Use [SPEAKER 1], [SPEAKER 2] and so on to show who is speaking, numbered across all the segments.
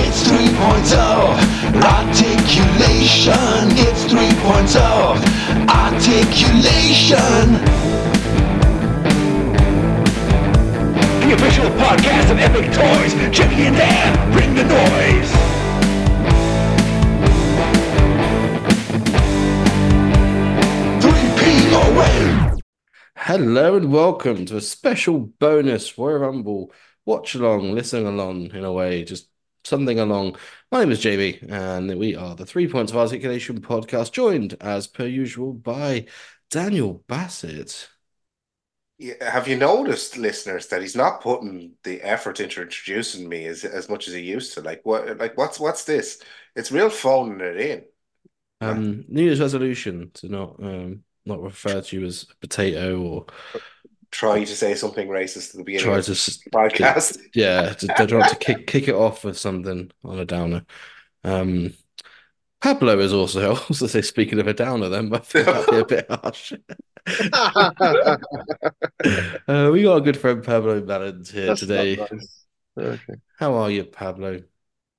[SPEAKER 1] It's 3.0 articulation. It's 3.0 articulation.
[SPEAKER 2] The official podcast of Epic Toys. Check in there. Bring the noise.
[SPEAKER 1] Three P O N.
[SPEAKER 3] Hello and welcome to a special bonus Royal Rumble watch along, listen along in a way, just something along. My name is Jamie, and we are the Three Points of Articulation podcast, joined as per usual by Daniel Bassett.
[SPEAKER 4] Yeah, have you noticed, listeners, that he's not putting the effort into introducing me as as much as he used to? Like what? Like what's what's this? It's real phoning it in.
[SPEAKER 3] Um, New Year's resolution to not um, not refer to you as a potato or
[SPEAKER 4] Try to say something racist at the beginning
[SPEAKER 3] try
[SPEAKER 4] of
[SPEAKER 3] to s-
[SPEAKER 4] the podcast.
[SPEAKER 3] yeah to, to try to kick kick it off with something on a downer. Um, Pablo is also I also say speaking of a downer, then but I think that'd be a bit harsh. Uh, we got a good friend Pablo Valens here
[SPEAKER 5] That's not
[SPEAKER 3] today.
[SPEAKER 5] nice. Okay.
[SPEAKER 3] How are you, Pablo?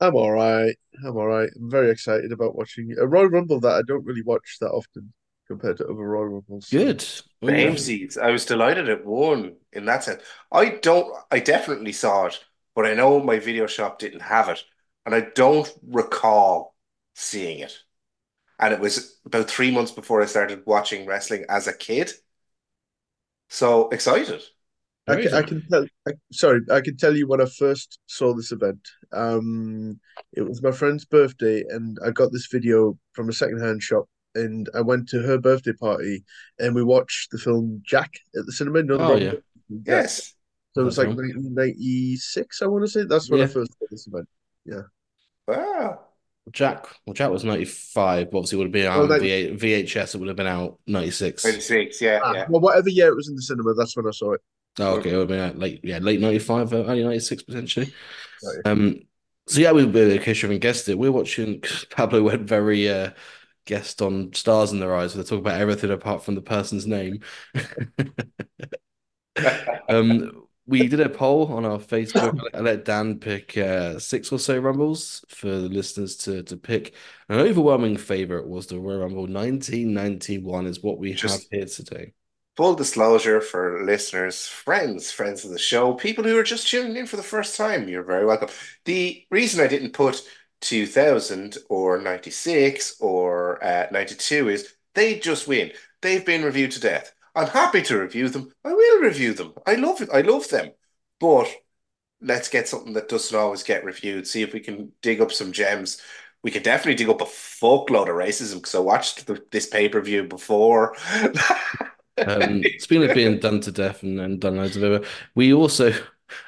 [SPEAKER 5] I'm all right. I'm all right. I'm very excited about watching a Royal Rumble that I don't really watch that often compared to other Royal Rumbles. so-
[SPEAKER 3] Good. Well, Oh, yeah.
[SPEAKER 4] Bamesies. I was delighted it won in that sense. I don't. I definitely saw it, but I know my video shop didn't have it, and I don't recall seeing it. And it was about three months before I started watching wrestling as a kid. So excited.
[SPEAKER 5] I
[SPEAKER 3] Very
[SPEAKER 5] can, I
[SPEAKER 3] good.
[SPEAKER 5] can tell. I, sorry, I can tell you when I first saw this event. Um, it was my friend's birthday, and I got this video from a secondhand shop. And I went to her birthday party, and we watched the film Jack at the cinema. No, the
[SPEAKER 3] Oh,
[SPEAKER 5] Royal
[SPEAKER 3] yeah.
[SPEAKER 5] Rumble.
[SPEAKER 4] Yes.
[SPEAKER 5] So it was
[SPEAKER 3] That
[SPEAKER 5] like
[SPEAKER 3] film.
[SPEAKER 5] 1996, I want to say. That's when
[SPEAKER 3] Yeah.
[SPEAKER 5] I first saw this event.
[SPEAKER 4] Wow.
[SPEAKER 3] Jack. Well, Jack was ninety five. Obviously, would have been out
[SPEAKER 5] Well,
[SPEAKER 3] on
[SPEAKER 5] Oh, that-
[SPEAKER 3] V- VHS. It would have been out ninety six.
[SPEAKER 4] 26, yeah,
[SPEAKER 5] Ah,
[SPEAKER 4] yeah.
[SPEAKER 5] Well, whatever year it was in the cinema, that's when I saw it.
[SPEAKER 3] Oh, okay, it would have been out late. Yeah, late ninety five, early ninety six potentially.
[SPEAKER 5] Right.
[SPEAKER 3] Um. So yeah, we in case you haven't guessed it, we're watching. Pablo went very uh, guest on Stars in Their Eyes. Where they talk about everything apart from the person's name. Um, we did a poll on our Facebook. I let Dan pick uh, six or so rumbles for the listeners to to pick. An overwhelming favorite was the Royal Rumble 1991 is what we have
[SPEAKER 4] Just-
[SPEAKER 3] here today.
[SPEAKER 4] Full disclosure for listeners, friends, friends of the show, people who are just tuning in for the first time, you're very welcome. The reason I didn't put 2000 or 96 or uh, 92 is they just win. They've been reviewed to death. I'm happy to review them. I will review them. I love it. I love them. But let's get something that doesn't always get reviewed. See if we can dig up some gems. We can definitely dig up a fuckload of racism because I watched the, this pay per view before. Mm.
[SPEAKER 3] Um, speaking of being done to death and, and done loads of it, we also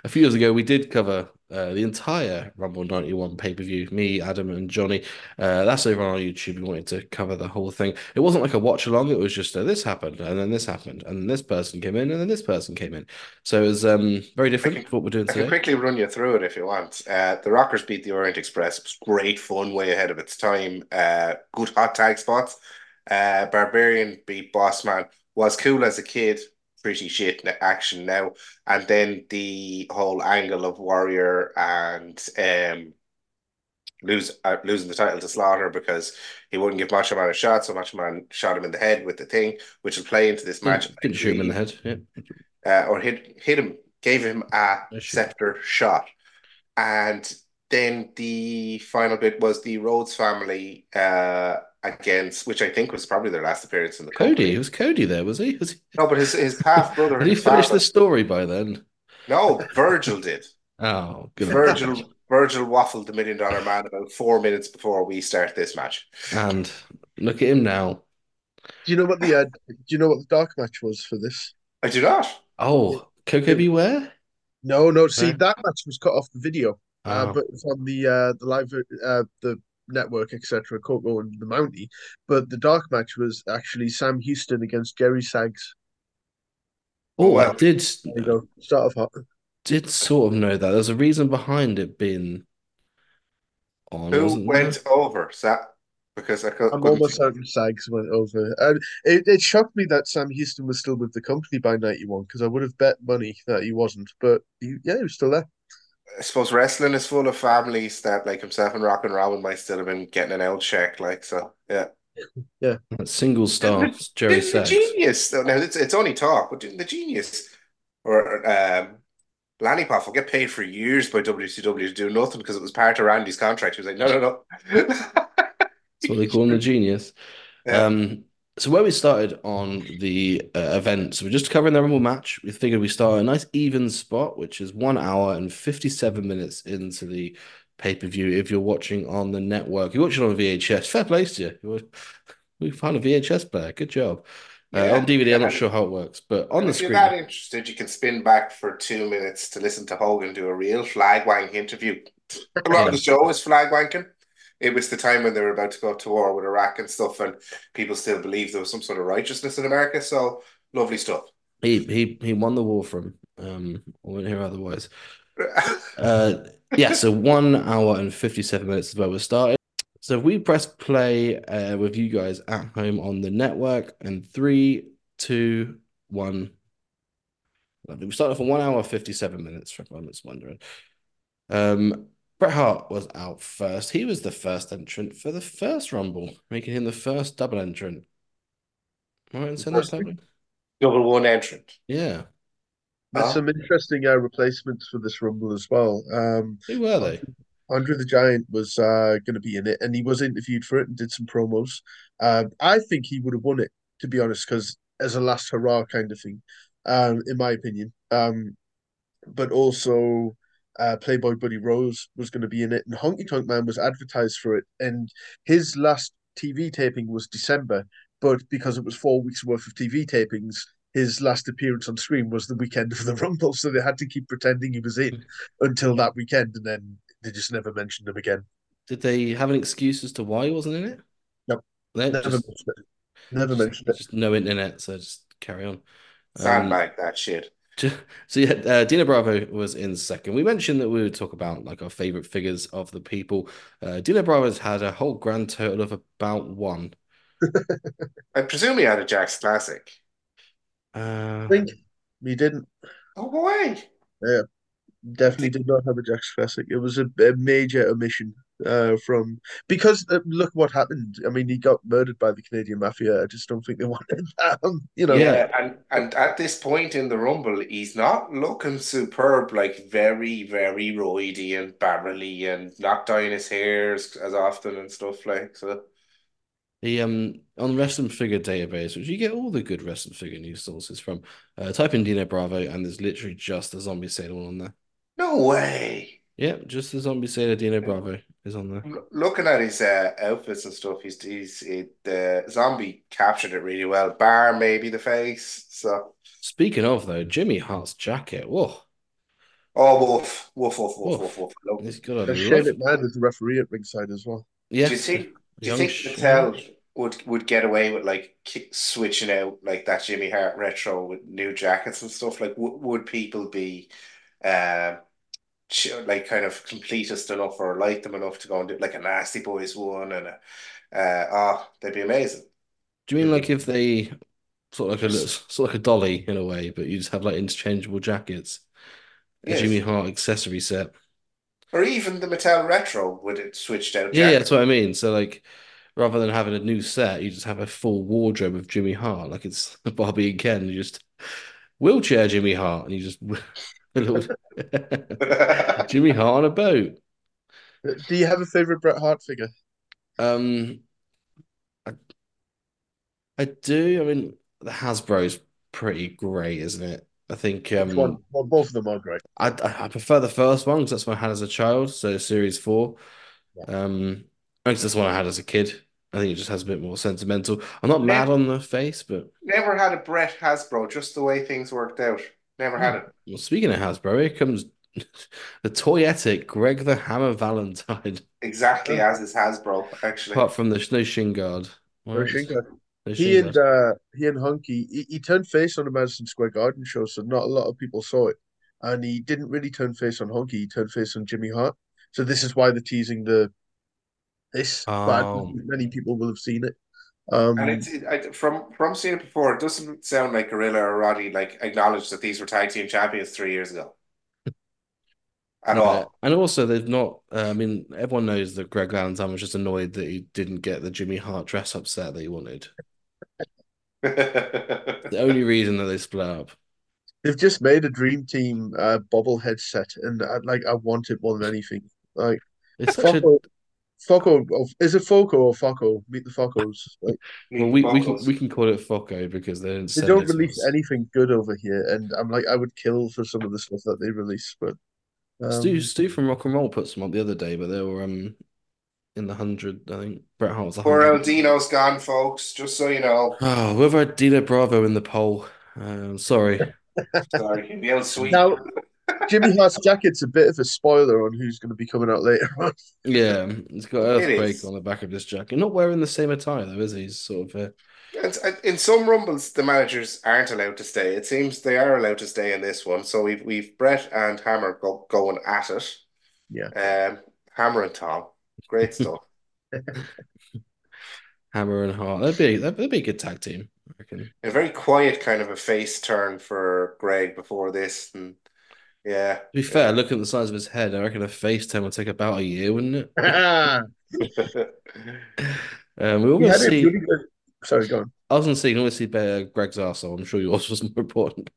[SPEAKER 3] a few years ago we did cover uh, the entire Rumble 91 pay-per-view, me, Adam, and Johnny. Uh, that's over on our YouTube. We wanted to cover the whole thing. It wasn't like a watch along, it was just uh, this happened, and then this happened, and then this person came in, and then this person came in. So it was um, very different
[SPEAKER 4] can-
[SPEAKER 3] to what we're doing
[SPEAKER 4] I can
[SPEAKER 3] today.
[SPEAKER 4] quickly run you through it if you want. Uh, the Rockers beat the Orient Express. It was great fun, way ahead of its time. Uh, good hot tag spots. Uh, Barbarian beat Boss Man. Was cool as a kid. Pretty shit in action now. And then the whole angle of Warrior and um, lose uh, losing the title to Slaughter because he wouldn't give Macho Man a shot, so Macho Man shot him in the head with the thing, which will play into this match.
[SPEAKER 3] Didn't Hmm, shoot him in the head. Yeah.
[SPEAKER 4] uh, or hit hit him, gave him a
[SPEAKER 3] A shot.
[SPEAKER 4] scepter shot. And then the final bit was the Rhodes family uh, against, which I think was probably their last appearance in the
[SPEAKER 3] Cody,
[SPEAKER 4] company.
[SPEAKER 3] it was Cody there, was he? Was he...
[SPEAKER 4] No, but his his half brother
[SPEAKER 3] Had he
[SPEAKER 4] his
[SPEAKER 3] finished
[SPEAKER 4] father.
[SPEAKER 3] the story by then?
[SPEAKER 4] No, Virgil did.
[SPEAKER 3] Oh, good.
[SPEAKER 4] Virgil Virgil waffled the million dollar man about four minutes before we start this match.
[SPEAKER 3] And look at him now.
[SPEAKER 5] Do you know what the uh, do you know what the dark match was for this?
[SPEAKER 4] I do not.
[SPEAKER 3] Oh, Coco Beware?
[SPEAKER 5] No, no. See,
[SPEAKER 3] Right.
[SPEAKER 5] that match was cut off the video, uh,
[SPEAKER 3] Oh.
[SPEAKER 5] but it's on the uh, the live uh, the network, etc. Coco and the Mountie. But the dark match was actually Sam Houston against Jerry Sags.
[SPEAKER 3] Oh, I
[SPEAKER 4] Wow.
[SPEAKER 3] did
[SPEAKER 5] There you go. Start off hot.
[SPEAKER 3] did sort of know that. There's a reason behind it being on,
[SPEAKER 4] Who
[SPEAKER 3] wasn't
[SPEAKER 4] went over? Sa- because I could,
[SPEAKER 5] I'm almost certain Sags went over. And it, it shocked me that Sam Houston was still with the company by 91 because I would have bet money that he wasn't. But he, yeah, he was still there.
[SPEAKER 4] I suppose wrestling is full of families that, like himself and Rock and Robin, might still have been getting an L check. Like so, yeah.
[SPEAKER 3] That single star, Jerry
[SPEAKER 4] Didn't the
[SPEAKER 3] Sachs.
[SPEAKER 4] genius, though, now it's, it's only talk, but didn't the genius or um, Lanny Poff will get paid for years by WCW to do nothing because it was part of Randy's contract. He was like, no, no, no.
[SPEAKER 3] That's what they call him, the genius.
[SPEAKER 4] Yeah.
[SPEAKER 3] Um, so where we started on the uh, event, so we're just covering the Rumble match. We figured we start at a nice even spot, which is one hour and fifty-seven minutes into the pay-per-view. If you're watching on the network, if you're watching on VHS. Fair play to you. You were- We found a VHS player. Good job. Uh,
[SPEAKER 4] Yeah,
[SPEAKER 3] on DVD, I'm
[SPEAKER 4] yeah.
[SPEAKER 3] not sure how it works, but on the
[SPEAKER 4] if you're
[SPEAKER 3] screen,
[SPEAKER 4] not interested, you can spin back for two minutes to listen to Hogan do a real flag wank interview. A lot of the show is flag wanking. It was the time when they were about to go to war with Iraq and stuff, and people still believed there was some sort of righteousness in America. So lovely stuff.
[SPEAKER 3] he he he won the war from. Um, I won't hear otherwise. Uh, yeah, so one hour and 57 minutes is where we're starting. So if we press play uh, with you guys at home on the network, and three, two, one. Lovely. We started off on one hour, 57 minutes, for everyone that's wondering. Um, Bret Hart was out first. He was the first entrant for the first Rumble, making him the first double entrant. Am I right in saying that,
[SPEAKER 5] First thing-
[SPEAKER 3] Simon?
[SPEAKER 4] Double one entrant.
[SPEAKER 3] Yeah.
[SPEAKER 5] There's
[SPEAKER 4] Ah.
[SPEAKER 5] some interesting uh, replacements for this Rumble as well. Um,
[SPEAKER 3] Who were they?
[SPEAKER 5] Andre the Giant was uh, going to be in it, and he was interviewed for it and did some promos. Um, I think he would have won it, to be honest, because as a last hurrah kind of thing, um, in my opinion. Um, but also, uh, Playboy Buddy Rose was going to be in it, and Honky Tonk Man was advertised for it, and his last TV taping was December, but because it was four weeks worth of TV tapings. His last appearance on screen was the weekend of the Rumble, so they had to keep pretending he was in until that weekend, and then they just never mentioned him again.
[SPEAKER 3] Did they have an excuse as to why he wasn't in it?
[SPEAKER 5] Nope.
[SPEAKER 3] They
[SPEAKER 5] Never
[SPEAKER 3] just-
[SPEAKER 5] mentioned it. Never
[SPEAKER 3] Just-
[SPEAKER 5] mentioned it.
[SPEAKER 3] Just no internet, so just carry on. Um,
[SPEAKER 4] Sandbag that shit.
[SPEAKER 3] ju- so yeah, uh, Dina Bravo was in second. We mentioned that we would talk about like our favorite figures of the people. Uh, Dina Bravo's had a whole grand total of about one.
[SPEAKER 4] I presume he had a Jack's Classic.
[SPEAKER 3] Uh,
[SPEAKER 5] Think he didn't.
[SPEAKER 4] Oh boy.
[SPEAKER 5] Definitely did not have a Jack's Classic. It was a, a major omission uh, from because uh, look what happened. I mean, he got murdered by the Canadian Mafia. I just don't think they wanted that. Um, you know,
[SPEAKER 3] Yeah.
[SPEAKER 4] Yeah, Uh, and and at this point in the Rumble, he's not looking superb, like very, very roidy and barrely and not dyeing his hair as, as often and stuff like so.
[SPEAKER 3] the um on wrestling figure database, which you get all the good wrestling figure news sources from, uh, type in Dina Bravo, and there's literally just a zombie sale on there.
[SPEAKER 4] No way.
[SPEAKER 3] Yeah, just the zombie sale Dina Bravo is on there.
[SPEAKER 4] L- Looking at his uh, outfits and stuff, he's he's it, the zombie captured it really well. Bar maybe the face. So
[SPEAKER 3] Speaking of though, Jimmy Hart's jacket. Whoa,
[SPEAKER 4] oh woof woof woof woof
[SPEAKER 3] Woof.
[SPEAKER 4] woof woof. Look.
[SPEAKER 3] he's got a
[SPEAKER 5] and Shane
[SPEAKER 3] love-
[SPEAKER 5] McMahon is the referee at ringside as well.
[SPEAKER 3] Yeah,
[SPEAKER 4] Do you think do you
[SPEAKER 3] young
[SPEAKER 4] think
[SPEAKER 3] Shane.
[SPEAKER 4] Mattel would would get away with like ki switching out like that Jimmy Hart retro with new jackets and stuff? Like, w would people be, um, ch like kind of completist enough or like them enough to go and do like a Nasty Boys one and a, uh, oh, they'd be amazing.
[SPEAKER 3] Do you mean like if they sort of like a little- sort of like a dolly in a way, but you just have like interchangeable jackets, a
[SPEAKER 4] Yes.
[SPEAKER 3] Jimmy Hart accessory set?
[SPEAKER 4] Or even the Mattel retro would it switched out
[SPEAKER 3] Yeah, yeah,
[SPEAKER 4] jackets.
[SPEAKER 3] that's what I mean. So like, rather than having a new set, you just have a full wardrobe of Jimmy Hart, like it's Bobby and Ken. You just wheelchair Jimmy Hart, and you just a little Jimmy Hart on a boat.
[SPEAKER 5] Uh, Do you have a favorite Bret Hart figure?
[SPEAKER 3] Um, I, I do. I mean, the Hasbro's pretty great, isn't it? I think um.
[SPEAKER 5] One, well, both of them are great.
[SPEAKER 3] I, I I prefer the first one because that's one I had as a child, so series four. Um, because that's one I had as a kid. I think it just has a bit more sentimental. I'm not mad on the face, but
[SPEAKER 4] Never had a Brett Hasbro, just the way things worked out. Never had it.
[SPEAKER 3] well, speaking of Hasbro, here comes the toyetic Greg the Hammer Valentine.
[SPEAKER 4] Exactly
[SPEAKER 3] Uh,
[SPEAKER 4] as is Hasbro, actually.
[SPEAKER 3] Apart from the no shin guard, Why
[SPEAKER 5] Very
[SPEAKER 3] is-
[SPEAKER 5] shingled.
[SPEAKER 3] no shin
[SPEAKER 5] He and
[SPEAKER 3] guard?
[SPEAKER 5] uh, he and Hunky, he, he turned face on the Madison Square Garden show, so not a lot of people saw it. And he didn't really turn face on Hunky; he turned face on Jimmy Hart. So this is why they're teasing the It's bad.
[SPEAKER 3] Oh.
[SPEAKER 5] Many people will have seen it. Um,
[SPEAKER 4] And it's it, I, from from seeing it before, it doesn't sound like Gorilla or Roddy like acknowledged that these were tag team champions three years ago. At
[SPEAKER 3] Yeah.
[SPEAKER 4] all.
[SPEAKER 3] And also, they've not. Uh, I mean, everyone knows that Greg Valentine was just annoyed that he didn't get the Jimmy Hart dress up set that he wanted. The only reason that they split up.
[SPEAKER 5] They've just made a dream team uh, bobblehead set, and I, like I want it more than anything. Like
[SPEAKER 3] It's such a.
[SPEAKER 5] Foco, Foco, is it Foco or Foco? Meet the Focos. Like,
[SPEAKER 3] Well, we, we can we can call it Foco because they didn't.
[SPEAKER 5] they
[SPEAKER 3] send
[SPEAKER 5] don't
[SPEAKER 3] it to
[SPEAKER 5] release
[SPEAKER 3] us.
[SPEAKER 5] anything good over here, and I'm like, I would kill for some of the stuff that they release. But
[SPEAKER 3] Stu
[SPEAKER 5] um,
[SPEAKER 3] Stu from Rock and Roll put some on the other day, but they were um in the hundred. I think Bret Hart was the
[SPEAKER 4] Poor
[SPEAKER 3] 100.
[SPEAKER 4] Eldino's gone, folks. Just so you know.
[SPEAKER 3] Oh, whether I did a Bravo in the poll. Um, sorry.
[SPEAKER 4] Sorry, can be on sweet.
[SPEAKER 5] now Jimmy Hart's jacket's a bit of a spoiler on who's going to be coming out later on.
[SPEAKER 3] Yeah, it's got
[SPEAKER 4] It
[SPEAKER 3] earthquake
[SPEAKER 4] is.
[SPEAKER 3] on the back of this jacket. Not wearing the same attire though, is he? He's Sort of. Uh,
[SPEAKER 4] It's- In some rumbles, the managers aren't allowed to stay. It seems they are allowed to stay in this one. So we've we've Brett and Hammer go, going at it.
[SPEAKER 5] Yeah.
[SPEAKER 4] Um, Hammer and Tom, great stuff.
[SPEAKER 3] Hammer and Hart. That'd be that'd, that'd be a good tag team, I reckon.
[SPEAKER 4] A very quiet kind of a face turn for Greg before this, and yeah,
[SPEAKER 3] To be fair, looking at the size of his head, I reckon a face turn would take about a year, wouldn't it? Um, we
[SPEAKER 5] We
[SPEAKER 3] always
[SPEAKER 5] had a
[SPEAKER 3] see.
[SPEAKER 5] really good- Sorry, go on.
[SPEAKER 3] I was gonna say you can always see better Greg's arsehole. I'm sure yours was more important.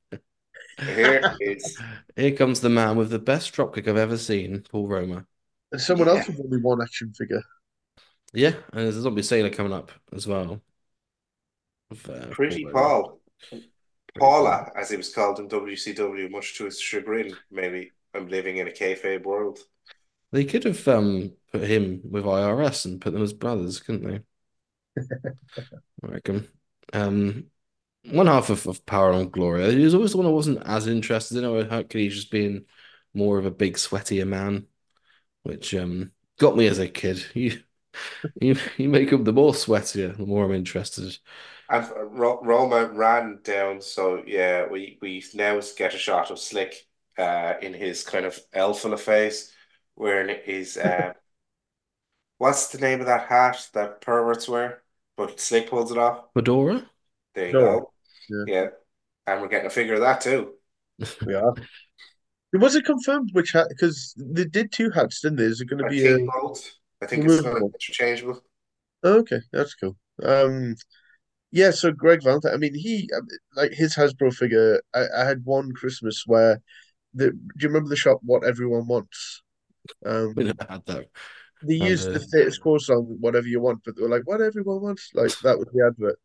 [SPEAKER 4] here is
[SPEAKER 3] Here comes the man with the best dropkick I've ever seen, Paul Roma.
[SPEAKER 5] And someone
[SPEAKER 4] Yeah.
[SPEAKER 5] else with only one action figure.
[SPEAKER 3] Yeah, and there's a zombie sailor coming up as well. With, uh,
[SPEAKER 4] Pretty
[SPEAKER 3] Roma.
[SPEAKER 4] Paul,
[SPEAKER 3] Pretty
[SPEAKER 4] Paula, as he was called in WCW, much to his chagrin. Maybe I'm living in a kayfabe world.
[SPEAKER 3] They could have um put him with IRS and put them as brothers, couldn't they? I reckon. Um, one half of, of Power and Glory. He was always the one I wasn't as interested in, or Hercules just being more of a big, sweatier man, which um got me as a kid. You you, you make him the more sweatier, the more I'm interested.
[SPEAKER 4] And Ro Roma ran down, so yeah, we we now get a shot of Slick uh, in his kind of elfina face, wearing his uh, what's the name of that hat that perverts wear? But Slick pulls it off.
[SPEAKER 3] Fedora?
[SPEAKER 4] There you
[SPEAKER 5] Sure.
[SPEAKER 4] go. Yeah. And we're getting a figure of that too.
[SPEAKER 5] We are. It was it confirmed which hat because they did two hats, didn't they? Is it going to
[SPEAKER 4] I
[SPEAKER 5] be a
[SPEAKER 4] think both. I think it's kind of
[SPEAKER 5] removable.
[SPEAKER 4] interchangeable.
[SPEAKER 5] oh, okay? That's cool. Um, yeah. So Greg Valentine. I mean, he um, like his Hasbro figure. I, I had one Christmas where the do you remember the shop? What everyone wants. Um,
[SPEAKER 3] We never had that.
[SPEAKER 5] they
[SPEAKER 3] And,
[SPEAKER 5] used
[SPEAKER 3] uh,
[SPEAKER 5] the status quo song, whatever you want, but they were like, what everyone wants. Like that was the advert.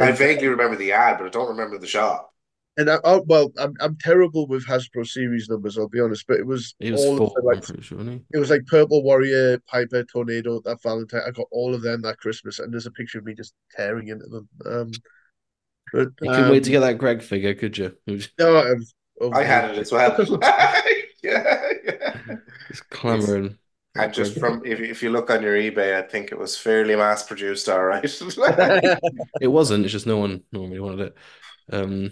[SPEAKER 4] I
[SPEAKER 5] And-
[SPEAKER 4] vaguely remember the ad, but I don't remember the shop.
[SPEAKER 5] And I, oh, well, I'm I'm terrible with Hasbro series numbers, I'll be honest, but it was
[SPEAKER 3] He was
[SPEAKER 5] all of
[SPEAKER 3] four,
[SPEAKER 5] the, like
[SPEAKER 3] I'm pretty sure, wasn't
[SPEAKER 5] it was like Purple Warrior, Piper, Tornado, that Valentine. I got all of them that Christmas, and there's a picture of me just tearing into them. Um, but
[SPEAKER 3] he? You couldn't wait to
[SPEAKER 5] um,
[SPEAKER 3] get that Greg figure, could you? It was
[SPEAKER 5] no, I'm- oh,
[SPEAKER 4] I had it as well. Yeah, yeah.
[SPEAKER 3] just clamoring.
[SPEAKER 4] And just from if you, if you look on your eBay, I think it was fairly mass produced, all right.
[SPEAKER 3] It wasn't, it's just no one normally wanted it. Um,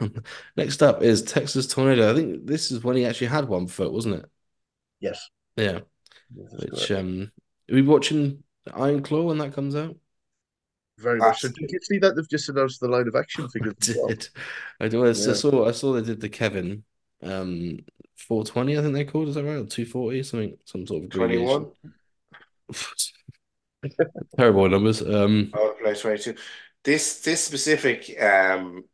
[SPEAKER 3] next up is Texas Tornado. I think this is when he actually had one foot, wasn't it?
[SPEAKER 5] yes.
[SPEAKER 3] Yeah. Which um are we watching Iron Claw when that comes out?
[SPEAKER 5] Very much. So did you see that they've just announced the line of action
[SPEAKER 3] I
[SPEAKER 5] figures? as well?
[SPEAKER 3] did. I do I
[SPEAKER 5] Yeah.
[SPEAKER 3] saw I saw they did the Kevin um 420, I think they're called, is that right? Or 240, something some sort of
[SPEAKER 4] 21.
[SPEAKER 3] abbreviation. Terrible numbers. Um
[SPEAKER 4] Oh, right, twenty-two. This this specific um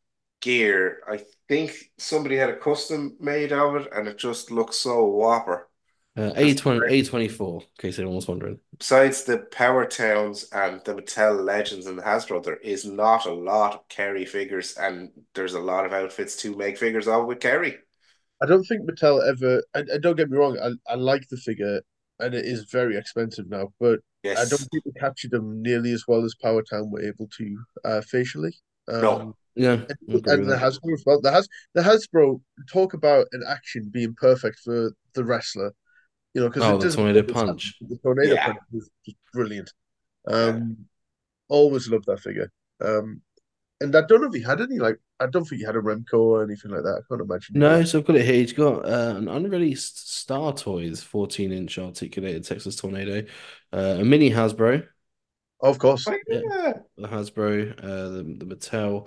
[SPEAKER 4] gear, I think somebody had a custom made of it, and it just looks so whopper.
[SPEAKER 3] uh, A20 A24, in case anyone was wondering.
[SPEAKER 4] Besides the Power Towns and the Mattel Legends and the Hasbro, there is not a lot of Kerry figures, and there's a lot of outfits to make figures of with Kerry.
[SPEAKER 5] I don't think Mattel ever. And, and don't get me wrong, I, I like the figure, and it is very expensive now, but I
[SPEAKER 4] Yes.
[SPEAKER 5] don't think they captured them nearly as well as Power Town were able to uh, facially.
[SPEAKER 4] No.
[SPEAKER 5] Um,
[SPEAKER 3] Yeah, I agree
[SPEAKER 5] and
[SPEAKER 3] with
[SPEAKER 5] the
[SPEAKER 3] that.
[SPEAKER 5] Hasbro as well. The Has the Hasbro talk about an action being perfect for the wrestler, you know, because
[SPEAKER 3] Oh,
[SPEAKER 5] it
[SPEAKER 3] the
[SPEAKER 5] does
[SPEAKER 3] tornado punch.
[SPEAKER 5] The tornado
[SPEAKER 4] Yeah.
[SPEAKER 5] punch is just brilliant. Um, always loved that figure. Um, And I don't know if he had any. Like, I don't think he had a Remco or anything like that. I can't imagine.
[SPEAKER 3] No, so I've got it here. He's got uh, an unreleased Star Toys 14 inch articulated Texas Tornado, uh, a mini Hasbro,
[SPEAKER 5] of
[SPEAKER 4] Oh,
[SPEAKER 5] course.
[SPEAKER 3] Yeah. the Hasbro, uh, the, the Mattel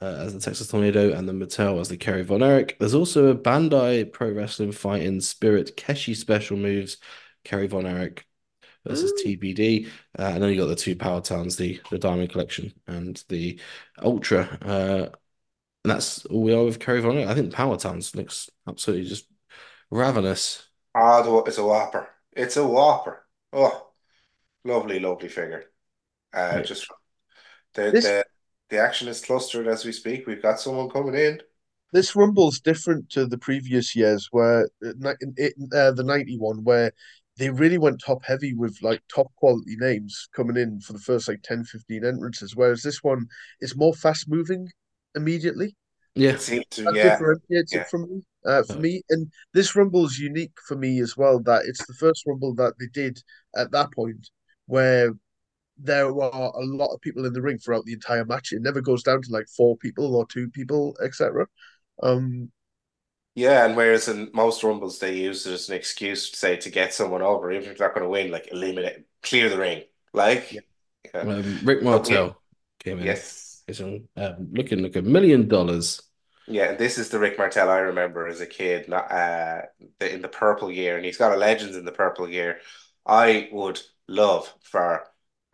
[SPEAKER 3] uh, as the Texas Tornado, and the Mattel as the Kerry Von Erich. There's also a Bandai Pro Wrestling Fighting Spirit Keshi special moves, Kerry Von Erich versus TBD. Uh, and then you got the two Power Towns, the, the Diamond Collection and the Ultra. Uh, and that's all we are with Kerry Von Erich. I think Power Towns looks absolutely just ravenous.
[SPEAKER 4] Ah, the- it's a whopper. It's a whopper. Oh, lovely, lovely figure. Uh,
[SPEAKER 3] Yeah.
[SPEAKER 4] just the,
[SPEAKER 5] This-
[SPEAKER 4] the the action is clustered as we speak. We've got someone coming in.
[SPEAKER 5] This Rumble's different to the previous years, where uh, ni- it, uh, the 91, where they really went top heavy with like top quality names coming in for the first like 10, 15 entrances. Whereas this one is more fast moving immediately.
[SPEAKER 3] Yeah.
[SPEAKER 4] Seems to,
[SPEAKER 5] That
[SPEAKER 4] yeah,
[SPEAKER 5] differentiates
[SPEAKER 4] yeah.
[SPEAKER 5] it from me, uh, for
[SPEAKER 3] Yeah.
[SPEAKER 5] me. And this Rumble's unique for me as well, that it's the first Rumble that they did at that point where there are a lot of people in the ring throughout the entire match. It never goes down to like four people or two people, etc. Um,
[SPEAKER 4] yeah. And whereas in most rumbles they use it as an excuse, say, to get someone over, even if they're not going to win, like eliminate, clear the ring, like.
[SPEAKER 5] Yeah.
[SPEAKER 4] yeah.
[SPEAKER 3] Um, Rick Martel came in.
[SPEAKER 4] Yes.
[SPEAKER 3] He's on, um, looking like a million dollars.
[SPEAKER 4] Yeah, this is the Rick Martel I remember as a kid, not uh the, in the purple gear, and he's got a Legends in the purple gear. I would love for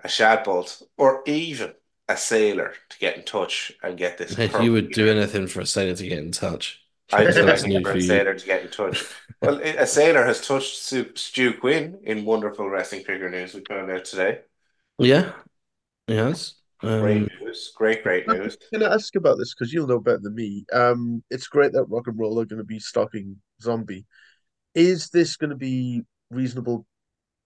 [SPEAKER 4] a Shadbolt or even a Sailor to get in touch and get this purple
[SPEAKER 3] You would
[SPEAKER 4] gear.
[SPEAKER 3] do anything for a sailor to get in touch.
[SPEAKER 4] I'd do
[SPEAKER 3] That's
[SPEAKER 4] anything
[SPEAKER 3] new
[SPEAKER 4] for
[SPEAKER 3] for
[SPEAKER 4] a
[SPEAKER 3] you.
[SPEAKER 4] Sailor to get in touch. Well, a Sailor has touched Stu, Stu Quinn in wonderful wrestling figure news we found out today.
[SPEAKER 3] Yeah. Yes.
[SPEAKER 4] Great
[SPEAKER 3] Um,
[SPEAKER 4] news, great, great news.
[SPEAKER 5] Can I ask about this? Because you'll know better than me. Um, it's great that Rock and Roll are going to be stocking Zombie. Is this going to be reasonable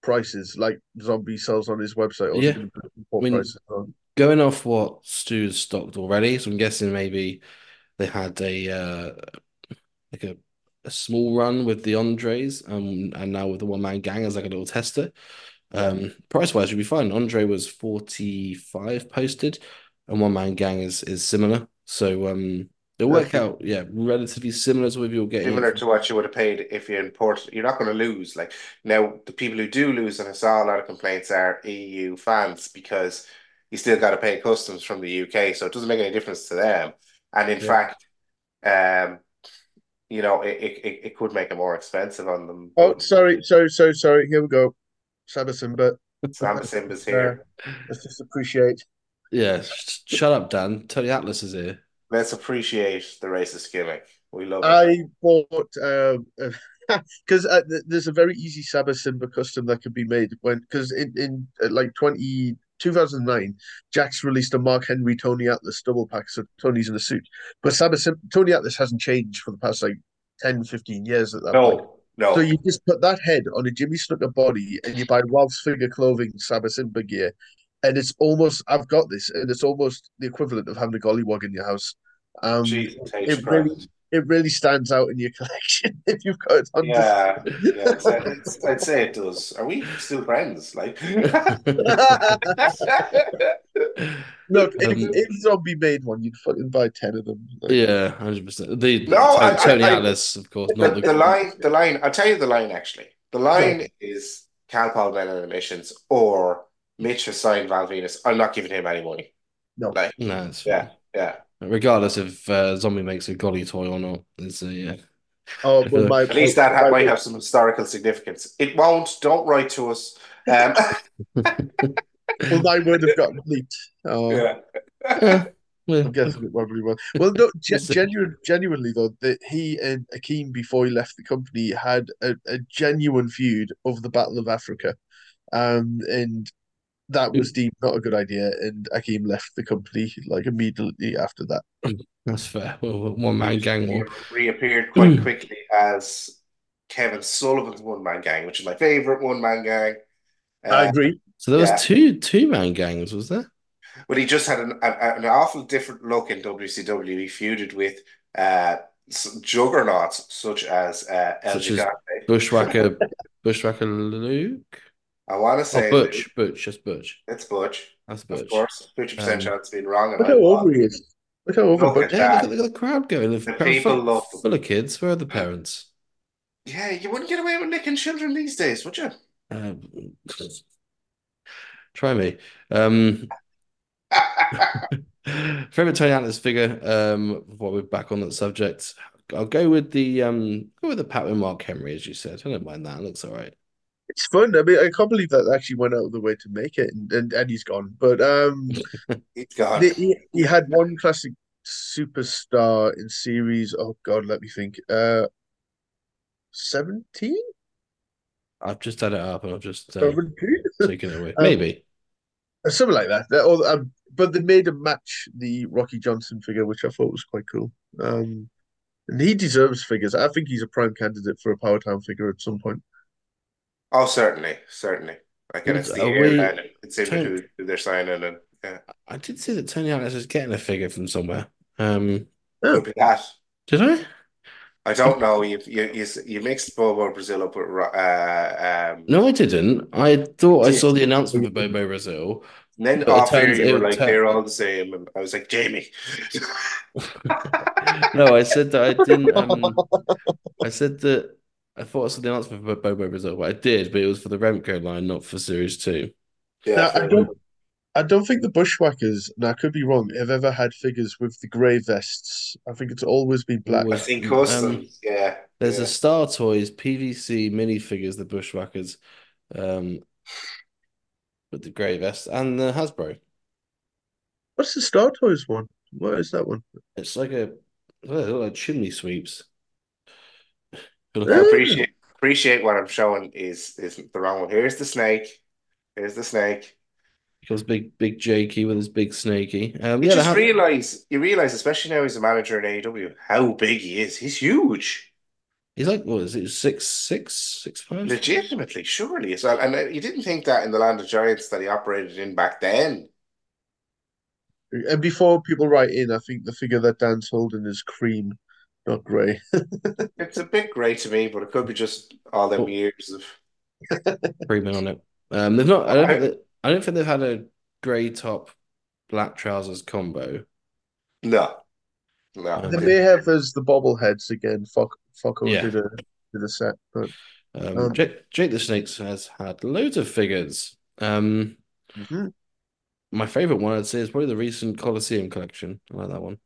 [SPEAKER 5] prices, like Zombie sells on his website, or is it
[SPEAKER 3] Yeah.
[SPEAKER 5] gonna be import
[SPEAKER 3] I mean-
[SPEAKER 5] prices? Or-
[SPEAKER 3] going off what Stu's stocked already, so I'm guessing maybe they had a uh, like a, a small run with the Andres, um, and now with the one man gang as like a little tester. Um, price wise, you'll be fine. Andre was 45 posted, and one man gang is is similar. So um, they'll work
[SPEAKER 5] Okay.
[SPEAKER 3] out, yeah, relatively similar to what you're getting.
[SPEAKER 4] Similar to what you would have paid if you import, you're not going to lose. Like now, the people who do lose, and I saw a lot of complaints, are EU fans because you still got to pay customs from the UK, so it doesn't make any difference to them. And in
[SPEAKER 5] Yeah.
[SPEAKER 4] fact, um, you know, it, it it- it could make it more expensive on them.
[SPEAKER 5] Oh, sorry, sorry, sorry, sorry. Here we go. Sabason, but
[SPEAKER 4] Sam Simba's here.
[SPEAKER 5] let's just appreciate.
[SPEAKER 3] Yeah, sh- shut up, Dan. Tony Atlas is here.
[SPEAKER 4] Let's appreciate the racist gimmick. We love it.
[SPEAKER 5] I bought because uh, th- there's a very easy Saba Simba custom that could be made when because in in uh, like 20, 2009, Jax released a Mark Henry Tony Atlas double pack, so Tony's in a suit. But Saba Sim- Tony Atlas hasn't changed for the past like 10, 15 years at that point.
[SPEAKER 4] No, no.
[SPEAKER 5] So you just put that head on a Jimmy Snooker body and you buy Ralph's figure clothing, Saba Simba gear, and it's almost I've got this, and it's almost the equivalent of having a gollywog in your house. Um,
[SPEAKER 4] Jesus H.
[SPEAKER 5] it
[SPEAKER 4] Christ.
[SPEAKER 5] really it really stands out in your collection if you've got it on display.
[SPEAKER 4] Yeah, yeah, I'd say- I'd- I'd say it does. Are we still friends? Like,
[SPEAKER 5] Look, if,
[SPEAKER 3] Um,
[SPEAKER 5] if Zombie made one, you'd fucking buy 10 of them. Like,
[SPEAKER 3] Yeah, hundred percent. The
[SPEAKER 4] No, I-
[SPEAKER 3] Tony, Tony
[SPEAKER 4] I- I-
[SPEAKER 3] Atlas, of course,
[SPEAKER 4] the,
[SPEAKER 3] not the,
[SPEAKER 4] the line, the line. I'll tell you the line actually. The line is Cal Palmen emissions or Mitch has signed Val Venus. I'm not giving him any money.
[SPEAKER 5] No.
[SPEAKER 4] Like,
[SPEAKER 3] No, it's
[SPEAKER 4] yeah, yeah.
[SPEAKER 3] Regardless if uh, zombie makes a golly toy or not, it's a yeah.
[SPEAKER 5] Oh, well, my,
[SPEAKER 4] At least that ha- might have some historical significance. It won't. Don't write to us. Um,
[SPEAKER 5] Well, mine would have gotten leaked. Oh,
[SPEAKER 4] yeah.
[SPEAKER 3] yeah. well,
[SPEAKER 5] I'm guessing it probably was. Well, no, gen-
[SPEAKER 3] Listen.
[SPEAKER 5] genuine, genuinely, though, that he and Akeem, before he left the company, had a, a genuine feud over the Battle of Africa. Um, and that was deemed not a good idea. And Akeem left the company like immediately after that.
[SPEAKER 3] that's fair. Well, one man gang
[SPEAKER 4] He
[SPEAKER 3] war. Hmm.
[SPEAKER 4] reappeared quite quickly as Kevin Sullivan's one man gang, which is my favorite one man gang.
[SPEAKER 5] I
[SPEAKER 4] Uh,
[SPEAKER 5] agree.
[SPEAKER 3] So there was
[SPEAKER 4] Yeah.
[SPEAKER 3] two two man gangs, was there?
[SPEAKER 4] But he just had an, an, an awful different look in WCW. He feuded with uh, s- juggernauts such as uh, El
[SPEAKER 3] Such as-
[SPEAKER 4] Gigante.
[SPEAKER 3] Bushwhacker, Bushwhacker Luke.
[SPEAKER 4] I want to say
[SPEAKER 3] Oh, Butch, Butch, that's Butch.
[SPEAKER 4] it's Butch,
[SPEAKER 3] That's
[SPEAKER 4] of
[SPEAKER 3] Butch.
[SPEAKER 4] course. Fifty
[SPEAKER 3] Um,
[SPEAKER 4] percent chance of being wrong. and
[SPEAKER 5] Look
[SPEAKER 4] I
[SPEAKER 5] how
[SPEAKER 4] was.
[SPEAKER 5] over he is. Look how over
[SPEAKER 4] Look
[SPEAKER 5] Butch.
[SPEAKER 4] at
[SPEAKER 3] Yeah, look
[SPEAKER 4] that.
[SPEAKER 3] at, look at the crowd going. The, crowd
[SPEAKER 4] people
[SPEAKER 3] full,
[SPEAKER 4] love them.
[SPEAKER 3] full of kids. Where are the parents?
[SPEAKER 4] Yeah, you wouldn't get away with nicking children these days, would you?
[SPEAKER 3] Um, try me. Um, favorite Tony Atlas figure. Um, while we're back on that subject, I'll go with the um, go with the Pat with Mark Henry, as you said. I don't mind that. It looks all right.
[SPEAKER 5] It's fun. I mean, I can't believe that actually went out of the way to make it, and, and Eddie's gone. But um,
[SPEAKER 4] He's gone.
[SPEAKER 5] the, he, he had one classic superstar in series. Oh God, let me think. Uh, seventeen,
[SPEAKER 3] I've just had it up and I've just uh,
[SPEAKER 5] seventeen,
[SPEAKER 3] taken it away.
[SPEAKER 5] Um,
[SPEAKER 3] Maybe.
[SPEAKER 5] something like that. That- Or, um, but they made him match the Rocky Johnson figure, which I thought was quite cool. Um, and he deserves figures. I think he's a prime candidate for a Power Town figure at some point.
[SPEAKER 4] Oh, certainly, certainly. Like, and
[SPEAKER 3] Well,
[SPEAKER 4] it's the
[SPEAKER 3] are
[SPEAKER 4] air
[SPEAKER 3] we-
[SPEAKER 4] and it's in
[SPEAKER 3] Tony-
[SPEAKER 4] who, who they're signing, and yeah,
[SPEAKER 3] I did see that Tony Atlas is getting a figure from somewhere. Um,
[SPEAKER 5] Oh,
[SPEAKER 4] could be that.
[SPEAKER 3] did I?
[SPEAKER 4] I don't know. You you you, s- you mixed Bobo Brazil up with Ro- uh, um.
[SPEAKER 3] No, I didn't. I thought I
[SPEAKER 4] Yeah.
[SPEAKER 3] saw the announcement for Bobo Brazil.
[SPEAKER 4] And then
[SPEAKER 3] But it
[SPEAKER 4] off air,
[SPEAKER 3] turns-
[SPEAKER 4] you
[SPEAKER 3] it
[SPEAKER 4] were
[SPEAKER 3] would
[SPEAKER 4] like,
[SPEAKER 3] turn-
[SPEAKER 4] they're all the same, and I was like, Jamie.
[SPEAKER 3] No, I said that I didn't. Um, I said that I thought I saw the answer for Bobo Brazil, but I did, but it was for the Remco line, not for Series 2.
[SPEAKER 5] Now,
[SPEAKER 4] Yeah,
[SPEAKER 5] I don't, I don't think the Bushwhackers, and I could be wrong, have ever had figures with the grey vests. I think it's always been black.
[SPEAKER 4] I
[SPEAKER 3] Always.
[SPEAKER 4] think
[SPEAKER 3] Um,
[SPEAKER 4] custom. Yeah,
[SPEAKER 3] There's
[SPEAKER 4] yeah.
[SPEAKER 3] a Star Toys PVC minifigures, the Bushwhackers, um, with the grey vest and the Hasbro.
[SPEAKER 5] What's the Star Toys one? What is that one?
[SPEAKER 3] It's like a they look like chimney sweeps. But
[SPEAKER 4] I
[SPEAKER 5] Yeah.
[SPEAKER 4] appreciate appreciate what I'm showing is is the wrong one. Here's the snake. Here's the snake.
[SPEAKER 3] Because big, big Jakey with his big snakey. Um,
[SPEAKER 4] You
[SPEAKER 3] yeah, the
[SPEAKER 4] just
[SPEAKER 3] Has-
[SPEAKER 4] realize you realize, especially now he's a manager in AEW, how big he is. He's huge,
[SPEAKER 3] he's like what is it six, six, six, five?
[SPEAKER 4] legitimately, surely as well. And uh, you didn't think that in the land of giants that he operated in back then.
[SPEAKER 5] And before people write in, I think the figure that Dan's holding is cream, not grey.
[SPEAKER 4] It's a bit grey to me, but it could be just all them
[SPEAKER 3] Well,
[SPEAKER 4] years of.
[SPEAKER 3] Freeman on it. Um, they've not. I don't
[SPEAKER 4] Okay.
[SPEAKER 3] think. that- I don't think they've had a grey top, black trousers combo.
[SPEAKER 4] No, no.
[SPEAKER 5] They
[SPEAKER 3] Okay.
[SPEAKER 5] may have as the bobbleheads again. Fuck, Focko
[SPEAKER 3] Yeah.
[SPEAKER 5] did a did a set, but
[SPEAKER 3] Um,
[SPEAKER 5] Um,
[SPEAKER 3] Jake, Jake the Snakes has had loads of figures. Um,
[SPEAKER 5] Mhm.
[SPEAKER 3] my favorite one I'd say is probably the recent Colosseum collection. I like that one.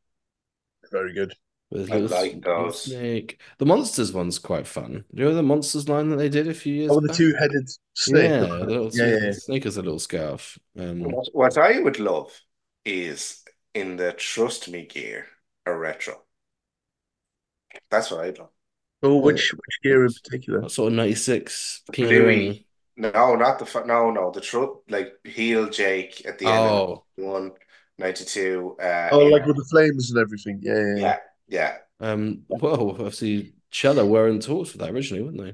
[SPEAKER 5] very good.
[SPEAKER 3] With his
[SPEAKER 4] I
[SPEAKER 3] little,
[SPEAKER 4] like
[SPEAKER 3] little
[SPEAKER 4] those.
[SPEAKER 3] snake. The monsters one's quite fun. Do you know the monsters line that they did a few years
[SPEAKER 5] Oh, the
[SPEAKER 3] back?
[SPEAKER 5] two-headed snake.
[SPEAKER 3] Yeah, the little
[SPEAKER 5] Yeah, yeah,
[SPEAKER 3] snake,
[SPEAKER 5] yeah.
[SPEAKER 3] snake has a little scarf. Um,
[SPEAKER 4] What, what I would love is in the trust me gear a retro. That's what I'd love.
[SPEAKER 5] Oh, which which gear in particular?
[SPEAKER 3] what sort of '96 King of the
[SPEAKER 4] Bluey.
[SPEAKER 3] Ring.
[SPEAKER 4] No, not the fu- no, no, the trust like heel Jake at the end of
[SPEAKER 3] Oh,
[SPEAKER 4] 91, 92. Uh,
[SPEAKER 5] Oh,
[SPEAKER 4] in-
[SPEAKER 5] like with the flames and everything. Yeah, yeah, yeah.
[SPEAKER 4] yeah, yeah.
[SPEAKER 3] Um, well, obviously, Cheddar were in talks for that originally, weren't they?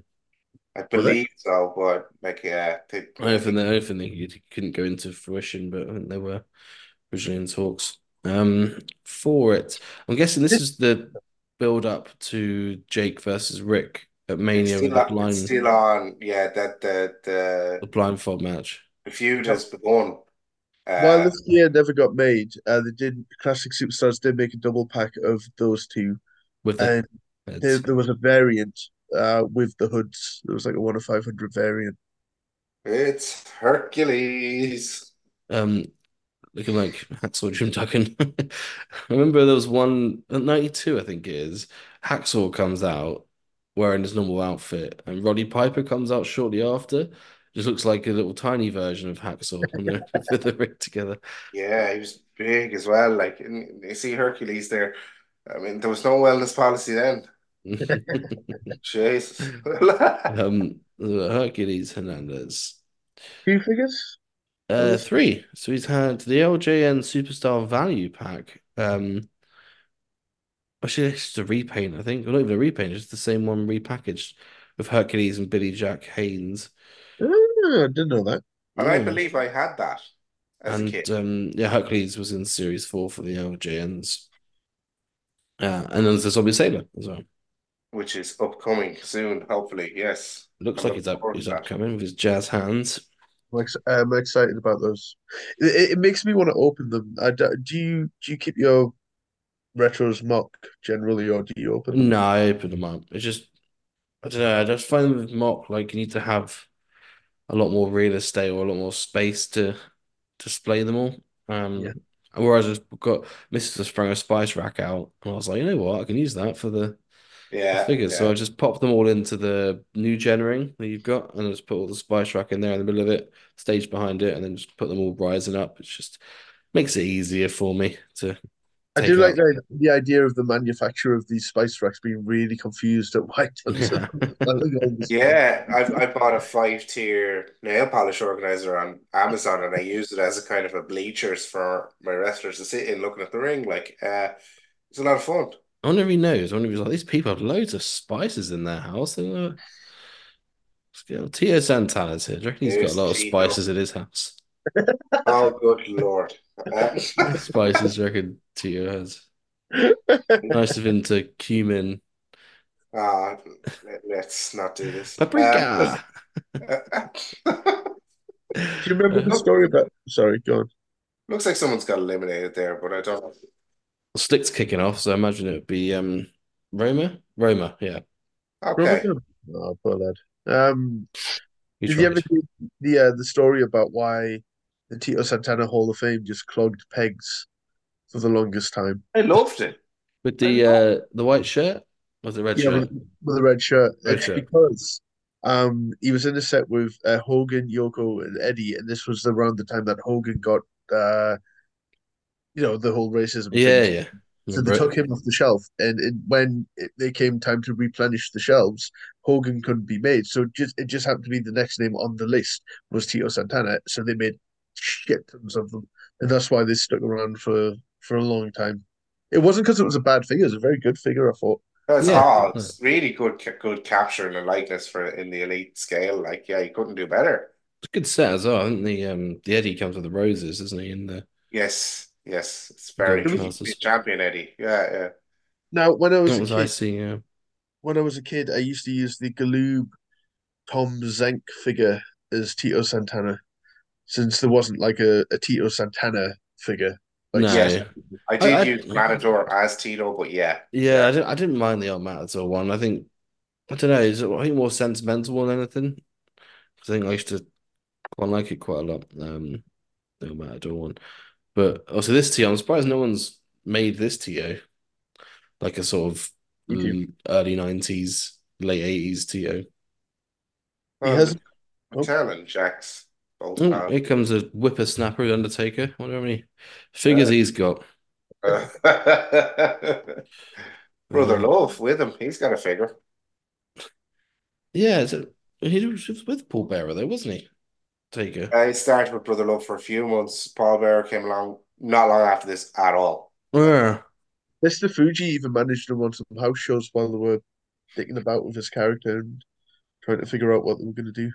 [SPEAKER 4] I
[SPEAKER 5] they?
[SPEAKER 4] believe so, but like, yeah, they,
[SPEAKER 3] I don't think they, I don't think they couldn't go into fruition, but I think they were originally in talks um for it. I'm guessing this is the build up to Jake versus Rick at
[SPEAKER 4] it's
[SPEAKER 3] Mania with
[SPEAKER 4] still
[SPEAKER 3] the
[SPEAKER 4] on, it's
[SPEAKER 3] blind
[SPEAKER 4] still on. Yeah, that the the
[SPEAKER 3] the blindfold match.
[SPEAKER 4] the feud has begun. Uh,
[SPEAKER 5] While this gear never got made, uh, they did Classic Superstars did make a double pack of those two,
[SPEAKER 3] With the
[SPEAKER 5] and
[SPEAKER 4] Uh,
[SPEAKER 5] there,
[SPEAKER 3] heads.
[SPEAKER 5] there was a variant uh with the hoods. There was like a one of five hundred variant.
[SPEAKER 4] it's Hercules.
[SPEAKER 3] Um, looking like Hacksaw Jim Duggan. I remember there was one at 92, I think it is. Hacksaw comes out wearing his normal outfit, and Roddy Piper comes out shortly after. Just looks like a little tiny version of Hacksaw when they're, when they're rigged together.
[SPEAKER 4] Yeah, he was big as well. Like, and you see Hercules there. I mean, there was no wellness policy then. Jesus.
[SPEAKER 3] Um, Hercules Hernandez.
[SPEAKER 5] Two figures.
[SPEAKER 3] Uh, three. So he's had the LJN Superstar Value Pack. Um, actually, it's just a repaint, I think. Well, not even a repaint, just the same one repackaged with Hercules and Billy Jack Haynes.
[SPEAKER 5] Ah, I didn't know that.
[SPEAKER 4] And I
[SPEAKER 3] Yeah.
[SPEAKER 4] believe I had that as a
[SPEAKER 3] Mm. And
[SPEAKER 4] kid.
[SPEAKER 3] um, yeah, Hercules was in series four for the LJNs. Uh, and then there's the Zombie Sailor as well.
[SPEAKER 4] which is upcoming soon, hopefully. Yes.
[SPEAKER 3] Looks like
[SPEAKER 4] I'm looking
[SPEAKER 3] he's up,
[SPEAKER 4] forward to
[SPEAKER 3] he's
[SPEAKER 4] that.
[SPEAKER 3] upcoming with his jazz hands.
[SPEAKER 5] I'm, ex- I'm excited about those. It, it- it makes me want to open them. I d- do you do you keep your retros mock generally, or do you
[SPEAKER 4] Mm,
[SPEAKER 5] open? them?
[SPEAKER 3] No, I open them up. It's just, I don't know. I just find with mock like you need to have a lot more real estate or a lot more space to display them all. Um,
[SPEAKER 5] Yeah.
[SPEAKER 3] whereas I've got Mrs. has thrown a spice rack out, and I was like, you know what, I can use that for the
[SPEAKER 4] Yeah.
[SPEAKER 3] figures.
[SPEAKER 4] yeah.
[SPEAKER 3] So I just popped them all into the new gen ring that you've got, and I just put all the spice rack in there in the middle of it, stage behind it, and then just put them all rising up. It's just makes it easier for me to
[SPEAKER 5] I
[SPEAKER 3] take
[SPEAKER 5] do like
[SPEAKER 3] out.
[SPEAKER 5] the, the idea of the manufacturer of these spice racks being really confused at why. it does that. I like all this-
[SPEAKER 4] Yeah, I've I bought a five tier nail polish organizer on Amazon and I use it as a kind of a bleachers for my wrestlers to sit in looking at the ring. Like, uh, it's a lot of fun.
[SPEAKER 3] I wonder if he knows. I wonder if he's like, these people have loads of spices in their house. And, uh, let's get Tio Santana's here. Do you reckon he's got
[SPEAKER 4] There's
[SPEAKER 3] a lot of
[SPEAKER 4] Tito.
[SPEAKER 3] spices in his house?
[SPEAKER 4] Oh, good Lord. Uh,
[SPEAKER 3] Spices, do you reckon Tio has. Nice of him to cumin.
[SPEAKER 4] ah, let- let's not do this. Uh,
[SPEAKER 3] Paprika!
[SPEAKER 5] Do you remember the story about? Sorry, go on.
[SPEAKER 4] looks like someone's got eliminated there, but I don't.
[SPEAKER 3] Slick's kicking off, so I imagine it would be um, Roma? Roma, yeah.
[SPEAKER 4] Okay.
[SPEAKER 5] Oh, poor lad. Um,
[SPEAKER 3] He
[SPEAKER 5] did you ever
[SPEAKER 3] tried.
[SPEAKER 5] do the uh, the story about why the Tito Santana Hall of Fame just clogged pegs for the longest time?
[SPEAKER 4] I loved it.
[SPEAKER 3] With the uh, the white shirt? Was it red
[SPEAKER 5] Yeah,
[SPEAKER 3] shirt?
[SPEAKER 5] with, with the red shirt.
[SPEAKER 3] Red
[SPEAKER 5] It's
[SPEAKER 3] shirt.
[SPEAKER 5] because um he was in a set with uh, Hogan, Yoko, and Eddie, and this was around the time that Hogan got uh you know the whole racism. thing.
[SPEAKER 3] Yeah, yeah.
[SPEAKER 5] So they took him off the shelf, and it, when it, they came time to replenish the shelves, Hogan couldn't be made. So it just it just happened to be the next name on the list was Tito Santana. So they made shit tons of them, and that's why they stuck around for for a long time. It wasn't because it was a bad figure; it was a very good figure. I thought.
[SPEAKER 4] That's
[SPEAKER 3] Yeah.
[SPEAKER 4] all. It's really good, ca- good capture and a likeness for in the elite scale. Like, yeah, you couldn't do better.
[SPEAKER 3] It's a good set as well. I think the um, the Eddie comes with the roses, doesn't he? In the
[SPEAKER 4] Yes, yes, it's very
[SPEAKER 3] Good
[SPEAKER 4] good.
[SPEAKER 3] chances.
[SPEAKER 4] He's champion, Eddie. Yeah, yeah.
[SPEAKER 5] Now, when I was
[SPEAKER 3] that
[SPEAKER 5] a
[SPEAKER 3] was
[SPEAKER 5] kid,
[SPEAKER 3] icy. uh, Yeah.
[SPEAKER 5] when I was a kid, I used to use the Galoob Tom Zenk figure as Tito Santana, since there wasn't like a, a Tito Santana figure. Like,
[SPEAKER 3] No.
[SPEAKER 4] yes. I did
[SPEAKER 3] I- I-
[SPEAKER 4] use Matador as Tito, but yeah,
[SPEAKER 3] Yeah, I didn't. I didn't mind the old Matador one. I think I don't know. Is it, I think more sentimental than anything. 'Cause I think I used to quite like it quite a lot. Um, the old Matador one. But also this TO, I'm surprised no one's made this TO like a sort of
[SPEAKER 5] Me too.
[SPEAKER 3] l- early '90s, late eh? '80s TO.
[SPEAKER 5] He
[SPEAKER 4] Um,
[SPEAKER 5] has
[SPEAKER 4] I'm telling Jax both
[SPEAKER 3] Oh,
[SPEAKER 4] have.
[SPEAKER 3] here comes a whippersnapper Undertaker. I wonder how many figures he's got.
[SPEAKER 4] Brother
[SPEAKER 3] Um,
[SPEAKER 4] Love with him. He's got a figure.
[SPEAKER 3] Yeah, is it, he was with Paul Bearer though, wasn't he? Taker.
[SPEAKER 4] I Uh, started with Brother Love for a few months. Paul Bearer came along not long after this at all.
[SPEAKER 3] Yeah.
[SPEAKER 5] Mr. Fuji even managed to run some house shows while they were dicking about with his character and trying to figure out what they were going to do.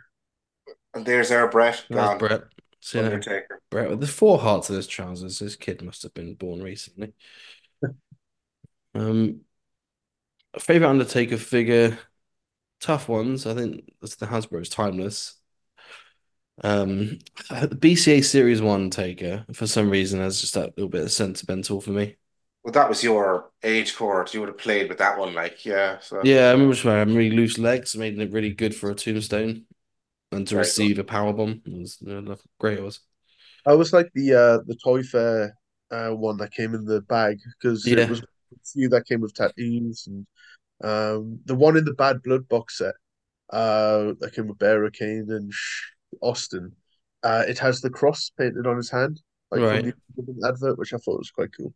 [SPEAKER 4] And there's our Brett
[SPEAKER 3] There's
[SPEAKER 4] gone.
[SPEAKER 3] Brett. See you later.
[SPEAKER 4] Undertaker.
[SPEAKER 3] Brett with the four hearts of his trousers. This kid must have been born recently. Um, favorite Undertaker figure, tough ones. I think that's the Hasbro's timeless. Um, the BCA Series One Taker for some reason has just that little bit of sentimental for me.
[SPEAKER 4] Well, that was your age court. You would have played with that one, like, yeah. So
[SPEAKER 3] Yeah, I remember just wearing really loose legs, making it really good for a tombstone, and to
[SPEAKER 4] Very good.
[SPEAKER 3] receive a power bomb was you know, great. It was.
[SPEAKER 5] I was like the uh, the Toy Fair uh, one that came in the bag because
[SPEAKER 3] Yeah.
[SPEAKER 5] it was a few that came with tattoos and um, the one in the Bad Blood box set uh, that came with Bearer Kane and Sh- Austin. Uh, it has the cross painted on his hand, like from
[SPEAKER 3] Right.
[SPEAKER 5] the advert, which I thought was quite cool.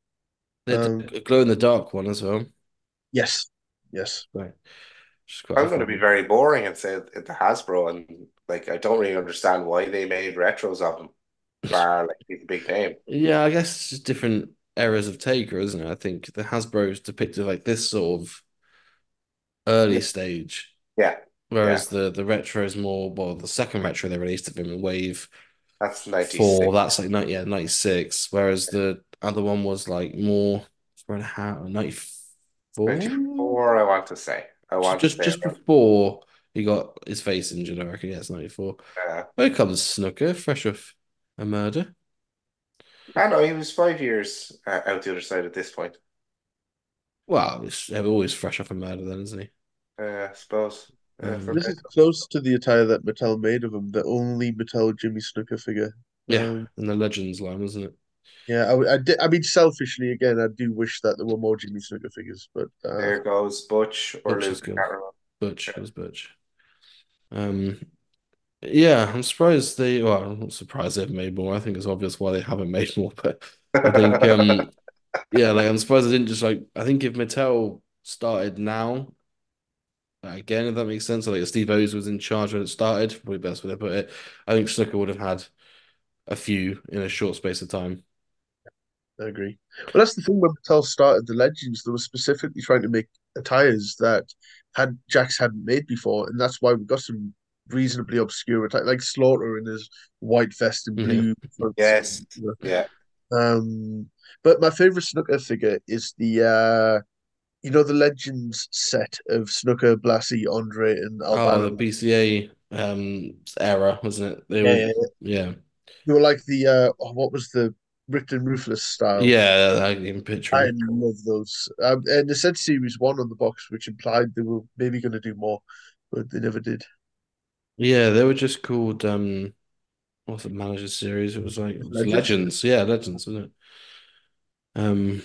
[SPEAKER 3] They had
[SPEAKER 5] Um,
[SPEAKER 3] a glow in the dark one as well.
[SPEAKER 5] Yes, yes.
[SPEAKER 3] Right. Which is quite
[SPEAKER 4] I'm going to be
[SPEAKER 3] fun.
[SPEAKER 4] very boring and say it- the Hasbro, and like, I don't really understand why they made retros of them. Bar, like, he's a big name.
[SPEAKER 3] Yeah, I guess it's just different eras of Taker, isn't it? I think the Hasbro's depicted like this sort of early
[SPEAKER 4] Yeah.
[SPEAKER 3] stage,
[SPEAKER 4] Yeah,
[SPEAKER 3] whereas the the retro is more well, the second retro they released of him in Wave
[SPEAKER 4] that's
[SPEAKER 3] Four,
[SPEAKER 4] 96.
[SPEAKER 3] that's like nine, yeah, 96, whereas the other one was like more for a half, 94?
[SPEAKER 4] 94, I want to say. I want to
[SPEAKER 3] Just
[SPEAKER 4] say
[SPEAKER 3] just
[SPEAKER 4] about-
[SPEAKER 3] before He got his face injured, I reckon. Yeah, it's 94.
[SPEAKER 4] Uh,
[SPEAKER 3] Here comes Snooker, fresh off a murder.
[SPEAKER 4] I know he was five years uh, out the other side at this point.
[SPEAKER 3] Well, he's always fresh off a murder, then, isn't he?
[SPEAKER 4] Uh, I suppose. Uh,
[SPEAKER 3] Um,
[SPEAKER 4] for-
[SPEAKER 5] This is close to the attire that Mattel made of him, the only Mattel Jimmy Snooker figure.
[SPEAKER 3] Yeah.
[SPEAKER 5] Um,
[SPEAKER 3] In the Legends line, wasn't it?
[SPEAKER 5] yeah, I, I, di- I mean, selfishly, again, I do wish that there were more Jimmy Snooker figures, but uh,
[SPEAKER 4] there goes Butch or
[SPEAKER 3] Butch
[SPEAKER 4] Luke.
[SPEAKER 3] is good.
[SPEAKER 4] can't remember.
[SPEAKER 3] Butch.
[SPEAKER 4] Yeah.
[SPEAKER 3] It was Butch. Um, yeah, I'm surprised they. Well, I'm not surprised they've made more. I think it's obvious why they haven't made more. But I think, um, yeah, like I'm surprised they didn't just like. I think if Mattel started now, like, again, if that makes sense, like if Steve O's was in charge when it started, probably best way to put it. I think Snooker would have had a few in a short space of time.
[SPEAKER 5] I agree. Well, that's the thing when Mattel started the Legends, they were specifically trying to make attires that had Jax hadn't made before, and that's why we got some reasonably obscure attire, like Slaughter in his white vest and
[SPEAKER 3] Mhm.
[SPEAKER 5] blue. fronts.
[SPEAKER 4] Yes. Yeah.
[SPEAKER 5] Um, but my favorite snooker figure is the uh, you know, the Legends set of Snooker, Blassie, Andre, and
[SPEAKER 3] Oh,
[SPEAKER 5] Albano.
[SPEAKER 3] the BCA um era, wasn't it? They
[SPEAKER 5] Yeah,
[SPEAKER 3] were,
[SPEAKER 5] yeah, yeah.
[SPEAKER 3] yeah.
[SPEAKER 5] They were like the uh, oh, what was the Ripped and Ruthless style?
[SPEAKER 3] Yeah, I can picture
[SPEAKER 5] Oh. I
[SPEAKER 3] it.
[SPEAKER 5] love those. Um, and they said series one on the box, which implied they were maybe going to do more, but they never did.
[SPEAKER 3] Yeah, they were just called um what's the manager series? It was like it was
[SPEAKER 5] Legends?
[SPEAKER 3] Legends. Yeah, Legends, wasn't it? Um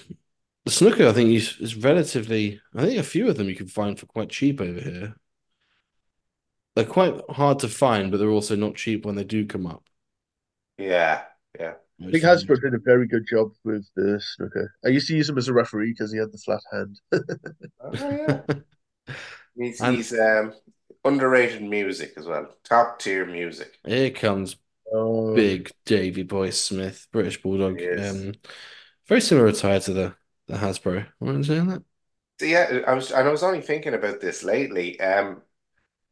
[SPEAKER 3] the snooker I think is, is relatively I think a few of them you can find for quite cheap over here. They're quite hard to find, but they're also not cheap when they do come up.
[SPEAKER 4] Yeah. Yeah.
[SPEAKER 5] I think Hasbro did a very good job with the snooker. I used to use him as a referee because he had the flat hand.
[SPEAKER 4] Oh, yeah. He's,
[SPEAKER 3] And-
[SPEAKER 4] he's um, underrated music as well. Top tier music.
[SPEAKER 3] Here comes
[SPEAKER 5] Oh,
[SPEAKER 3] big Davy Boy Smith, British Bulldog.
[SPEAKER 4] Yes.
[SPEAKER 3] Um very similar attire to the, the Hasbro. Am I saying that?
[SPEAKER 4] So, yeah, I was and I was only thinking about this lately. Um,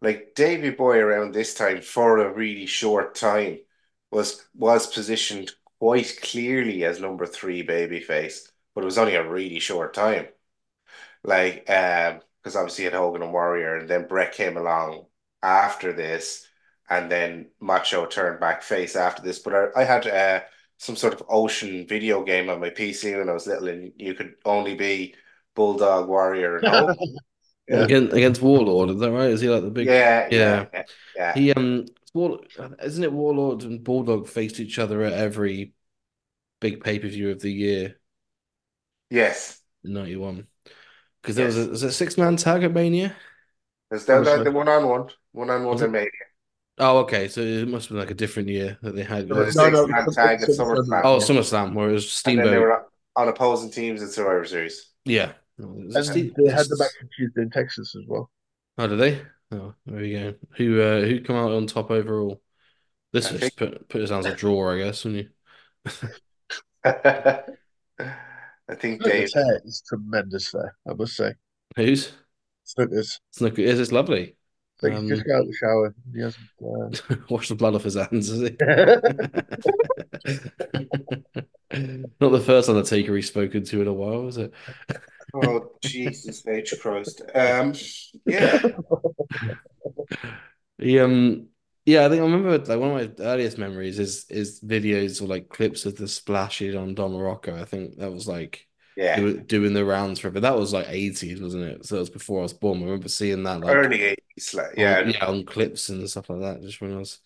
[SPEAKER 4] like Davy Boy around this time for a really short time was was positioned quite clearly as number three babyface, but it was only a really short time. Like, um, because obviously you had Hogan and Warrior, and then Brett came along after this, and then Macho turned back face after this. But I, I had uh, some sort of ocean video game on my PC when I was little, and you could only be Bulldog Warrior and Hogan. Yeah.
[SPEAKER 3] Against against Warlord, is that right? Is he like the big
[SPEAKER 4] Yeah, yeah,
[SPEAKER 3] Yeah.
[SPEAKER 4] yeah, yeah.
[SPEAKER 3] He um, War isn't it Warlord and Bulldog faced each other at every big pay-per-view of the year
[SPEAKER 4] Yes.
[SPEAKER 3] in '91 because there was a, was a six-man tag at Mania.
[SPEAKER 4] There's that, that
[SPEAKER 5] Obviously.
[SPEAKER 4] the one on one, one on one
[SPEAKER 3] Was it-
[SPEAKER 4] in Mania.
[SPEAKER 3] Oh, okay, so it must have been like a different year that they had.
[SPEAKER 4] There was
[SPEAKER 5] No,
[SPEAKER 4] a
[SPEAKER 5] no,
[SPEAKER 4] six-man
[SPEAKER 5] it was-
[SPEAKER 4] tag at
[SPEAKER 5] it was-
[SPEAKER 4] SummerSlam,
[SPEAKER 3] Oh, SummerSlam, where it was
[SPEAKER 4] and then they
[SPEAKER 3] Steamboat.
[SPEAKER 4] were on opposing teams at Survivor Series.
[SPEAKER 3] Yeah, No, it
[SPEAKER 5] And
[SPEAKER 3] was Ste-
[SPEAKER 5] they had the back confused in Texas as well.
[SPEAKER 3] Oh, did they? Oh, there we go. Who uh, who come out on top overall? This
[SPEAKER 4] I
[SPEAKER 3] is
[SPEAKER 4] think-
[SPEAKER 3] put put us down as a draw, I guess, wouldn't you?
[SPEAKER 4] I think Dave.
[SPEAKER 5] Snooker's hair is tremendous there, I must say.
[SPEAKER 3] Who's
[SPEAKER 5] Snooker's.
[SPEAKER 3] Snooker? Is it's lovely.
[SPEAKER 5] Like he's just
[SPEAKER 3] Um,
[SPEAKER 5] got out of the shower. and He hasn't. Uh...
[SPEAKER 3] Wash the blood off his hands, is he?
[SPEAKER 5] yeah,
[SPEAKER 3] Not the first Undertaker he's spoken to in a while, was it?
[SPEAKER 4] Oh, Jesus H. Christ. Um, yeah,
[SPEAKER 3] He, um, yeah, I think I remember like one of my earliest memories is is videos or like clips of the splashes on Don Morocco. I think that was like
[SPEAKER 4] yeah.
[SPEAKER 3] do- doing the rounds for it, but that was like 80s, wasn't it? So it was before I was born. I remember seeing that like
[SPEAKER 4] Early 80s, like,
[SPEAKER 3] on,
[SPEAKER 4] yeah.
[SPEAKER 3] yeah, on clips and stuff like that. Just when I was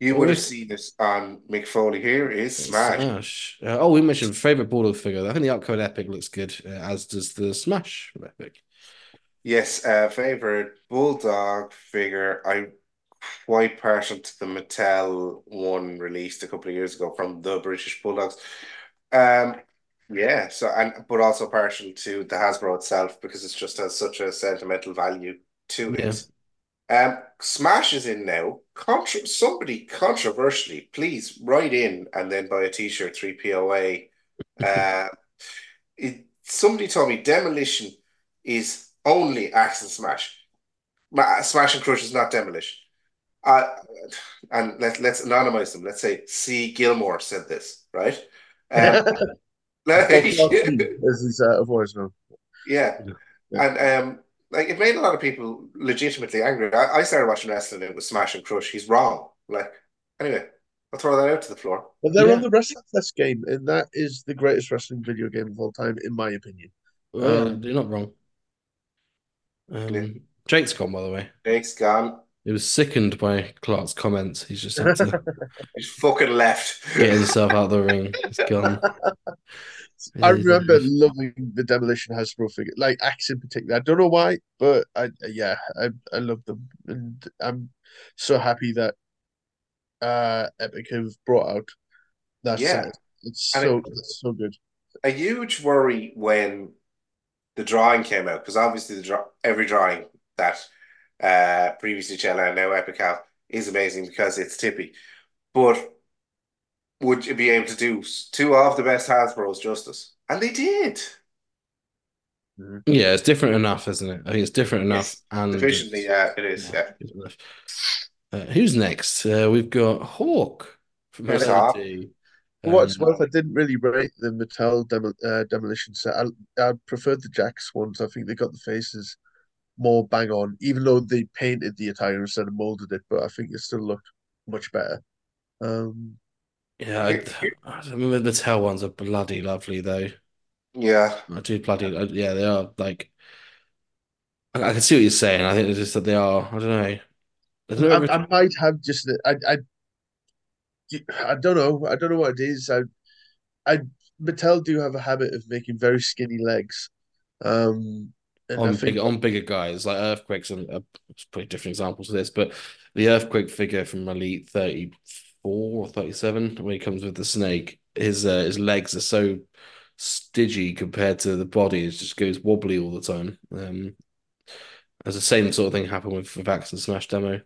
[SPEAKER 4] You would have seen this on Mick Foley. Here is Smash.
[SPEAKER 3] Smash. Uh, oh, we mentioned favorite Bulldog figure. I think the upcoming Epic looks good, uh, as does the Smash from Epic.
[SPEAKER 4] Yes, uh, favorite Bulldog figure. I'm quite partial to the Mattel one released a couple of years ago from the British Bulldogs. Um, yeah, so and but also partial to the Hasbro itself because it's just has such a sentimental value to it. Um, Smash is in now. Contra somebody controversially, please write in and then buy a t-shirt, 3POA. Uh, it, somebody told me demolition is only axe and smash. Ma- Smash and crush is not demolition. Uh, and let, let's anonymize them. Let's say C. Gilmore said this, right? Um, like-
[SPEAKER 5] as he's uh, otherwise known.
[SPEAKER 4] yeah. And um, like it made a lot of people legitimately angry. I, I started watching wrestling, and it was Smash and Crush. He's wrong. Like anyway, I'll throw that out to the floor.
[SPEAKER 5] Well, they're
[SPEAKER 3] Yeah.
[SPEAKER 5] on the Wrestling Fest game, and that is the greatest wrestling video game of all time, in my opinion.
[SPEAKER 3] Uh, you're not wrong. Um,
[SPEAKER 4] Yeah.
[SPEAKER 3] Jake's gone, by the way.
[SPEAKER 4] Jake's gone.
[SPEAKER 3] He was sickened by Clark's comments. He's just had to
[SPEAKER 4] He's fucking left.
[SPEAKER 3] get himself out of the ring. He's gone.
[SPEAKER 5] I
[SPEAKER 3] Yeah, he's
[SPEAKER 5] remember
[SPEAKER 3] gone.
[SPEAKER 5] loving the Demolition Hasbro figure, like Axe in particular. I don't know why, but I uh, yeah, I I love them, and I'm so happy that uh Epic have brought out that
[SPEAKER 4] Yeah.
[SPEAKER 5] set. It's
[SPEAKER 4] And
[SPEAKER 5] so it's so good.
[SPEAKER 4] a huge worry when the drawing came out because obviously the draw every drawing that uh previously Chella and now Epic have is amazing because it's Tippy. But would you be able to do s- two of the best Hasbro's justice? And they did
[SPEAKER 3] Yeah, it's different enough, isn't it? I think it's different enough
[SPEAKER 4] Yes,
[SPEAKER 3] and
[SPEAKER 4] efficiently.
[SPEAKER 3] it's-
[SPEAKER 4] Yeah, it is. Yeah,
[SPEAKER 3] good enough. Uh, who's next? Uh, we've got Hawk from
[SPEAKER 4] There's
[SPEAKER 3] LG.
[SPEAKER 5] For what it's
[SPEAKER 3] Um,
[SPEAKER 5] worth, I didn't really rate the Mattel Demo uh, Demolition set. I I preferred the Jax ones. I think they got the faces more bang on, even though they painted the attire instead of molded it. But I think it still looked much better. Um,
[SPEAKER 3] yeah, I, I remember the tail ones are bloody lovely though.
[SPEAKER 4] yeah.
[SPEAKER 3] I do bloody I- yeah, they are like I, I can see what you're saying. I think it's just that they are. I don't know. There's no
[SPEAKER 5] I,
[SPEAKER 3] ret-
[SPEAKER 5] I might have just the- I, I I don't know I don't know what it is I I Mattel do have a habit of making very skinny legs, um, and I
[SPEAKER 3] on
[SPEAKER 5] think
[SPEAKER 3] bigger on bigger guys like earthquakes and uh, it's pretty different examples of this, but the earthquake figure from Elite 34 or 37 when he comes with the snake, his uh, his legs are so stidgy compared to the body, it just goes wobbly all the time. Um, as the same sort of thing happened with, with Axe and Smash demo.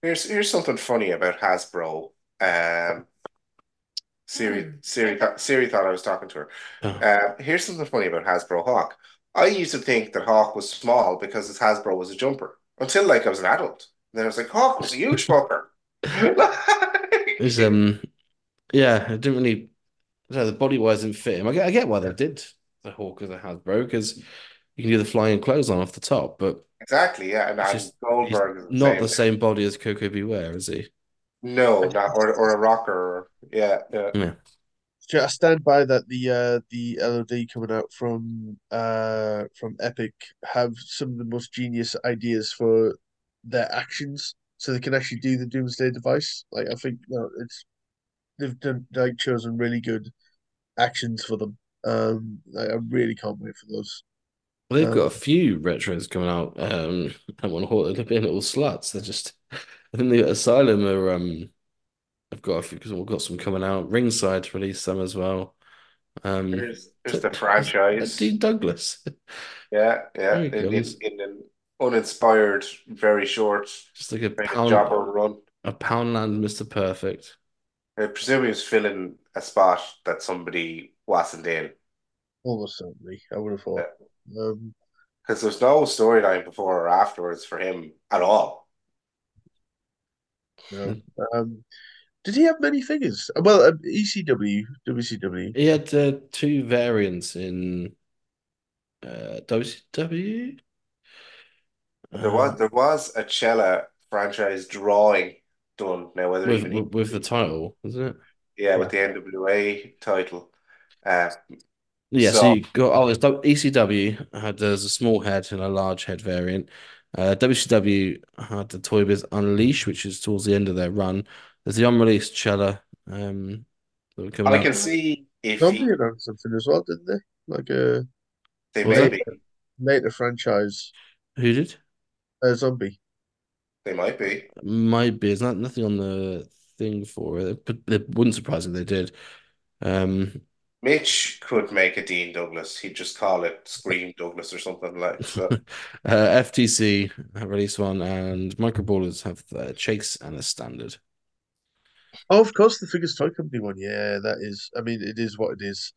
[SPEAKER 4] Here's here's something funny about Hasbro. Um, Siri, Siri, thought, Siri thought I was talking to her.
[SPEAKER 3] Oh.
[SPEAKER 4] Uh, here's something funny about Hasbro Hawk. I used to think that Hawk was small because his Hasbro was a jumper until like I was an adult. Then I was like, Hawk was a huge fucker. Like,
[SPEAKER 3] It's, um, yeah, it didn't really. I don't know, the body wise didn't fit him. I get, I get why they did the Hawk as a Hasbro because you can do the flying clothesline off the top, but
[SPEAKER 4] exactly, yeah. And,
[SPEAKER 3] It's
[SPEAKER 4] and
[SPEAKER 3] just- he's
[SPEAKER 4] Goldberg is the
[SPEAKER 3] not
[SPEAKER 4] same.
[SPEAKER 3] the same body as Coco Beware, is he?
[SPEAKER 4] No, not or or a rocker. Yeah, yeah.
[SPEAKER 5] I stand by that the uh, the LOD coming out from uh, from Epic have some of the most genius ideas for their actions, so they can actually do the Doomsday device. Like I think you know, it's they've done like chosen really good actions for them. Um, like, I really can't wait for those.
[SPEAKER 3] Well, they've
[SPEAKER 5] Um,
[SPEAKER 3] got a few retros coming out. Um, and one Hawk, they're being little sluts. They're just, I think they got Asylum or um, I've got a few because we've got some coming out. Ringside released some as well. Um,
[SPEAKER 4] There's there's the franchise.
[SPEAKER 3] Dean Douglas.
[SPEAKER 4] Yeah, yeah.
[SPEAKER 3] Very
[SPEAKER 4] In, in,
[SPEAKER 3] good.
[SPEAKER 4] in an uninspired, very short,
[SPEAKER 3] Just like a
[SPEAKER 4] kind of
[SPEAKER 3] pound,
[SPEAKER 4] jobber run.
[SPEAKER 3] a Poundland Mr. Perfect.
[SPEAKER 4] I presume he was filling a spot that somebody wasn't in.
[SPEAKER 5] Almost certainly, I would have thought. Um,
[SPEAKER 4] Because there's no storyline before or afterwards for him at all.
[SPEAKER 5] no. um, did he have many figures? Well, um, ECW, WCW.
[SPEAKER 3] He had uh, two variants in uh, E? WCW.
[SPEAKER 4] There was
[SPEAKER 3] Um,
[SPEAKER 4] there was a Cella franchise drawing done now, whether
[SPEAKER 3] with,
[SPEAKER 4] even
[SPEAKER 3] with with the title, isn't it?
[SPEAKER 4] yeah, with the NWA title. Uh,
[SPEAKER 3] Yeah, so
[SPEAKER 4] So-
[SPEAKER 3] you got oh, it's W- ECW had there's a small head and a large head variant. Uh, WCW had the Toy Biz Unleash, which is towards the end of their run. There's the unreleased Cella. Um, that were coming
[SPEAKER 4] I
[SPEAKER 3] out.
[SPEAKER 4] can see if
[SPEAKER 5] Zombie
[SPEAKER 4] he,
[SPEAKER 5] announced something as well, didn't they? Like uh, a
[SPEAKER 4] they
[SPEAKER 3] Was
[SPEAKER 4] may
[SPEAKER 3] it?
[SPEAKER 4] be.
[SPEAKER 5] later franchise,
[SPEAKER 3] Who did?
[SPEAKER 5] uh, Zombie.
[SPEAKER 4] They might be.
[SPEAKER 3] Might be. There's not nothing on the thing for it, but it wouldn't surprise me if they did. Um,
[SPEAKER 4] Mitch could make a Dean Douglas. He'd just call it Scream Douglas or something like so.
[SPEAKER 3] uh, FTC have released one, and Micro Ballers have the Chase and a standard.
[SPEAKER 5] Oh, of course, the Figures Toy Company one. Yeah, that is. I mean, it is what it is.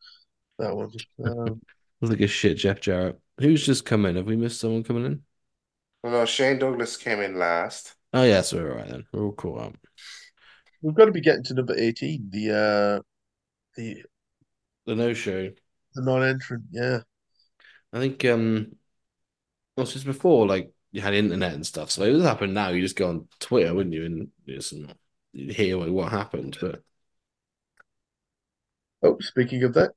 [SPEAKER 5] That one. Um,
[SPEAKER 3] Looks like a shit, Jeff Jarrett. Who's just come in? Have we missed someone coming in?
[SPEAKER 4] Well, no, Shane Douglas came in last.
[SPEAKER 3] Oh yeah, so we're all right then. We're all caught up.
[SPEAKER 5] we've got to be getting to number eighteen. The uh, the
[SPEAKER 3] The no show.
[SPEAKER 5] the non-entrant. Yeah,
[SPEAKER 3] I think um well, since before, like you had internet and stuff. So if this happened now, you just go on Twitter, wouldn't you, and just you'd hear what, what happened. But
[SPEAKER 5] Oh, speaking of that,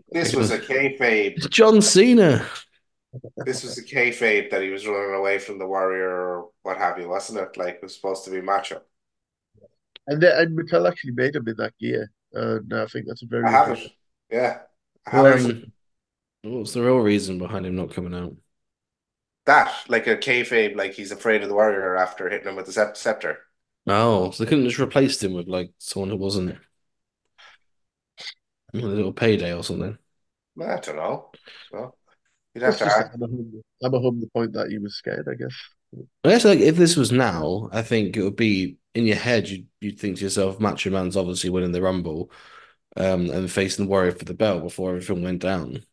[SPEAKER 4] This was a kayfabe.
[SPEAKER 3] it's John Cena.
[SPEAKER 4] This was a kayfabe that he was running away from the warrior or what have you, wasn't it? Like it was supposed to be matchup.
[SPEAKER 5] and then, and Mattel actually made him in that gear, and I think that's a very
[SPEAKER 4] I have it. Yeah. I have it.
[SPEAKER 3] Um, what was the real reason behind him not coming out?
[SPEAKER 4] that, like a kayfabe, like he's afraid of the warrior after hitting him with the sep- scepter.
[SPEAKER 3] Oh, so they couldn't just replace him with like someone who wasn't a little payday or something.
[SPEAKER 4] I don't know. Well, you'd
[SPEAKER 5] That's
[SPEAKER 4] have to
[SPEAKER 5] just
[SPEAKER 4] ask.
[SPEAKER 5] hammer home, hammer home the point that he was scared, I guess.
[SPEAKER 3] But Actually, like if this was now, I think it would be in your head. You'd you'd think to yourself, Macho Man's obviously winning the Rumble, um, and facing the Warrior for the belt before everything went down.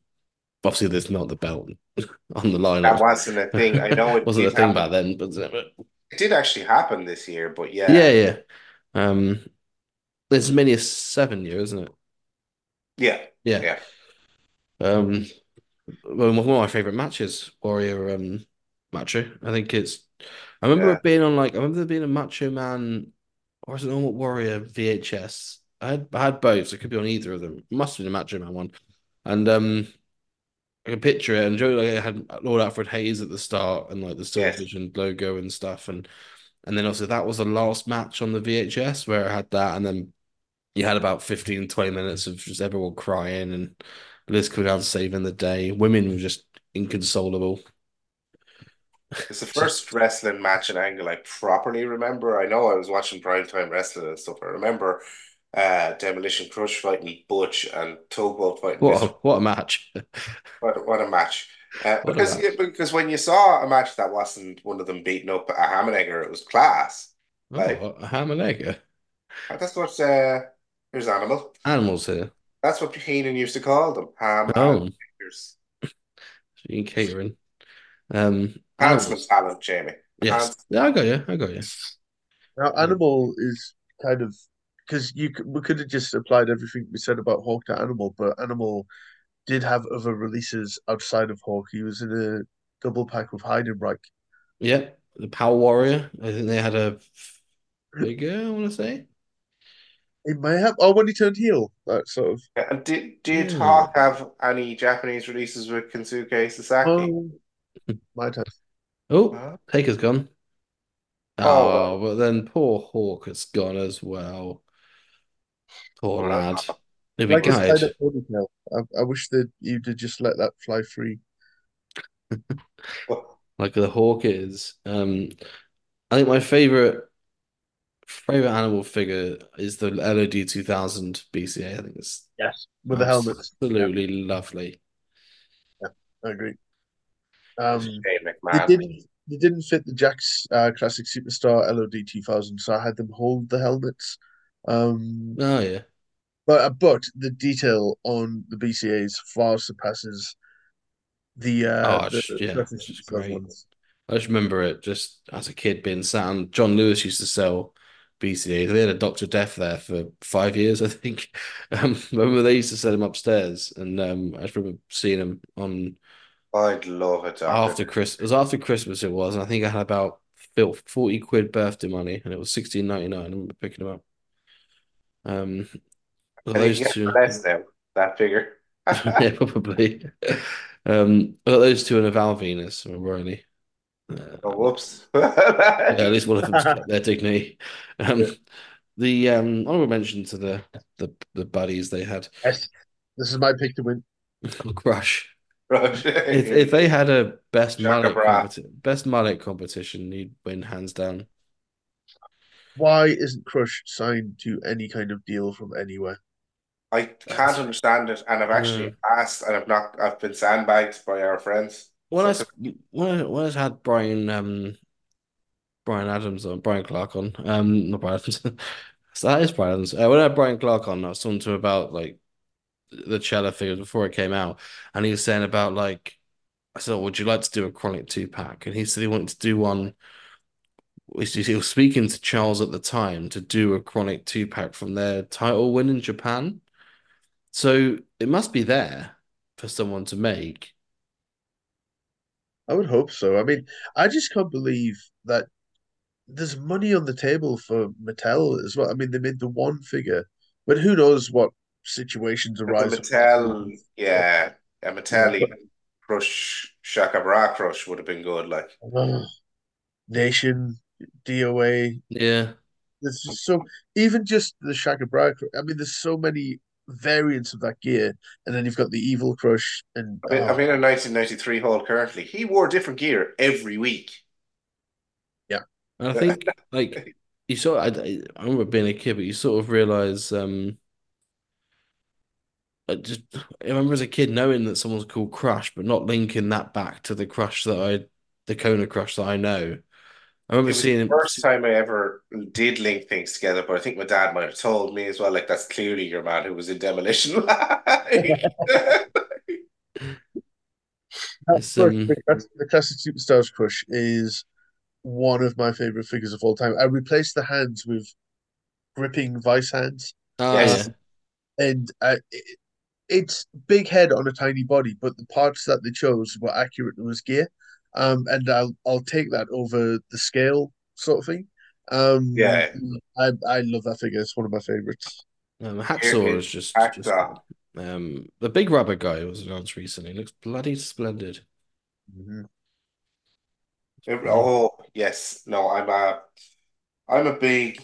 [SPEAKER 3] Obviously, there's not the belt on the line.
[SPEAKER 4] That wasn't a thing. I know it
[SPEAKER 3] wasn't a
[SPEAKER 4] did
[SPEAKER 3] thing back
[SPEAKER 4] happen.
[SPEAKER 3] then, but uh,
[SPEAKER 4] It did actually happen this year, but yeah.
[SPEAKER 3] yeah, yeah. Um, it's as many as seven years, isn't it?
[SPEAKER 4] Yeah.
[SPEAKER 3] Um, well, one of my favorite matches, Warrior um, Macho. I think it's. I remember
[SPEAKER 4] Yeah.
[SPEAKER 3] it being on like I remember there being a Macho Man or is it Normal Warrior VHS. I had I had both, so it could be on either of them. It must have been a Macho Man one, and um, I can picture it. And Joe like it had Lord Alfred Hayes at the start and like the Silver
[SPEAKER 4] Yes.
[SPEAKER 3] Vision logo and stuff, and and then also that was the last match on the VHS where I had that, and then you had about 15, 20 minutes of just everyone crying and Liz coming down saving the day. Women were just inconsolable.
[SPEAKER 4] It's the first wrestling match in Angle I properly remember. I know I was watching primetime wrestling and stuff. I remember uh, Demolition Crush fighting Butch and Tugboat fighting
[SPEAKER 3] What a,
[SPEAKER 4] Mr.
[SPEAKER 3] what a match!
[SPEAKER 4] What, what a match. Uh,
[SPEAKER 3] What a
[SPEAKER 4] because
[SPEAKER 3] match.
[SPEAKER 4] because when you saw a match that wasn't one of them beating up a Hammenegger, it was class. Like-
[SPEAKER 3] Oh, a ham and egg.
[SPEAKER 4] That's what uh, here's Animal.
[SPEAKER 3] Animals here.
[SPEAKER 4] That's what Heenan used to call them. Ham
[SPEAKER 3] Oh,
[SPEAKER 4] Hammenegger's.
[SPEAKER 3] you catering. Um,
[SPEAKER 4] Handsome
[SPEAKER 3] animals.
[SPEAKER 4] talent, Jamie.
[SPEAKER 3] Yes, yeah, I got you. I got you.
[SPEAKER 5] Now, animal is kind of because you c- we could have just applied everything we said about Hawk to animal, but animal did have other releases outside of Hawk. He was in a double pack with Heidenreich.
[SPEAKER 3] Yeah, the Power Warrior. I think they had a figure. I want to say.
[SPEAKER 5] It may have, or when he turned heel, that sort of.
[SPEAKER 4] Yeah, And do, do you
[SPEAKER 3] Hmm.
[SPEAKER 4] talk have any Japanese releases with Kensuke Sasaki?
[SPEAKER 5] Oh, might have.
[SPEAKER 3] Oh,
[SPEAKER 4] Huh?
[SPEAKER 3] Taker's gone.
[SPEAKER 4] Oh.
[SPEAKER 3] Oh, but then poor Hawk has gone as well. Poor
[SPEAKER 4] Well,
[SPEAKER 3] lad. He'll be
[SPEAKER 5] Like a
[SPEAKER 3] gutted.
[SPEAKER 5] spider ponytail. I, I wish that you'd have just let that fly free.
[SPEAKER 3] like the hawk is. Um, I think my favorite favorite animal figure is the LOD 2000 BCA. I think it's
[SPEAKER 5] Yes. With the helmets.
[SPEAKER 3] absolutely lovely.
[SPEAKER 5] I agree. Um,
[SPEAKER 4] Shane
[SPEAKER 5] They
[SPEAKER 4] McMahon.
[SPEAKER 5] didn't. They didn't fit the Jack's uh, classic superstar LOD two thousand, so I had them hold the helmets. Um,
[SPEAKER 3] Oh yeah,
[SPEAKER 5] but uh, but the detail on the BCAs far surpasses the uh,
[SPEAKER 3] Oh,
[SPEAKER 5] the,
[SPEAKER 3] it's- yeah,
[SPEAKER 5] classic
[SPEAKER 3] it's just
[SPEAKER 5] superstar
[SPEAKER 3] great.
[SPEAKER 5] ones.
[SPEAKER 3] I just remember it just as a kid being sat on. John Lewis used to sell BCAs. They had a Doctor Death there for five years, I think. Um, I remember they used to sell them upstairs, and um, I just remember seeing them on.
[SPEAKER 4] I'd love it.
[SPEAKER 3] after Chris, it was after Christmas it was, and I think I had about fil- 40 quid birthday money, and it was 16.99. I remember picking them up. Um, well,
[SPEAKER 4] I think
[SPEAKER 3] those
[SPEAKER 4] you get
[SPEAKER 3] two,
[SPEAKER 4] less now, that figure.
[SPEAKER 3] yeah, probably. Um, I got those two and a Val Venus from Riley. Uh,
[SPEAKER 4] Oh, whoops.
[SPEAKER 3] yeah, at least one of them's kept their dignity. Um, the um, honorable mention to the the the buddies they had
[SPEAKER 5] Yes, this is my pick to win.
[SPEAKER 3] crush.
[SPEAKER 4] Right.
[SPEAKER 3] If if they had a best
[SPEAKER 4] Chaka
[SPEAKER 3] mullet
[SPEAKER 4] bra.
[SPEAKER 3] competi- best mullet competition, you'd win hands down.
[SPEAKER 5] Why isn't Crush signed to any kind of deal from anywhere?
[SPEAKER 4] I can't understand it, and I've actually asked, and I've not. I've been sandbagged by our friends.
[SPEAKER 3] When I
[SPEAKER 4] So-
[SPEAKER 3] s- when I, when I had Brian um Brian Adams on Brian Clark on um not Brian Adams so that is Brian Adams uh, when I had Brian Clark on I was talking to him about like the cello figures before it came out and he was saying about like I said oh, would you like to do a chronic two pack and he said he wanted to do one which is- he was speaking to Charles at the time to do a chronic two pack from their title win in Japan so it must be there for someone to make
[SPEAKER 5] I would hope so. I mean, I just can't believe that there's money on the table for Mattel as well. I mean, they made the one figure, but who knows what situations
[SPEAKER 4] The
[SPEAKER 5] arise.
[SPEAKER 4] Mattel, yeah, a Mattel crush, Shaka Bra crush would have been good. Like,
[SPEAKER 5] Ugh. Nation, DOA.
[SPEAKER 3] Yeah.
[SPEAKER 5] There's just so even just the Shaka Bra. cr- I mean, there's so many variants of that gear, and then you've got the Evil Crush and
[SPEAKER 4] I mean,
[SPEAKER 5] oh,
[SPEAKER 4] I'm in a 1993 hall currently. He wore different gear every week.
[SPEAKER 3] And I think like you sort of, I, I I remember being a kid, but you sort of realize um I just I remember as a kid knowing that someone's called Crush, but not linking that back to the Crush that I the Kona Crush that I know. I
[SPEAKER 4] It
[SPEAKER 3] remember
[SPEAKER 4] was
[SPEAKER 3] seeing
[SPEAKER 4] the
[SPEAKER 3] him
[SPEAKER 4] first time I ever did link things together, but I think my dad might have told me as well. Like, that's clearly your man who was in demolition. Like,
[SPEAKER 3] It's,
[SPEAKER 5] Look,
[SPEAKER 3] um,
[SPEAKER 5] the, class- the classic Superstars Crush is one of my favorite figures of all time. I replaced the hands with gripping vice hands,
[SPEAKER 3] Ah,
[SPEAKER 4] Yes.
[SPEAKER 3] yeah.
[SPEAKER 5] and uh, it, it's big head on a tiny body, but the parts that they chose were accurate to his gear. Um, and I'll I'll take that over the scale sort of thing. Um,
[SPEAKER 4] Yeah.
[SPEAKER 5] I I love that figure. It's one of my favorites.
[SPEAKER 3] Um, Hacksaw
[SPEAKER 4] is
[SPEAKER 3] is just, just
[SPEAKER 4] Hacksaw.
[SPEAKER 3] um the big rubber guy was announced recently. Looks bloody splendid.
[SPEAKER 4] Mm-hmm. oh yes, no, I'm a, I'm a big,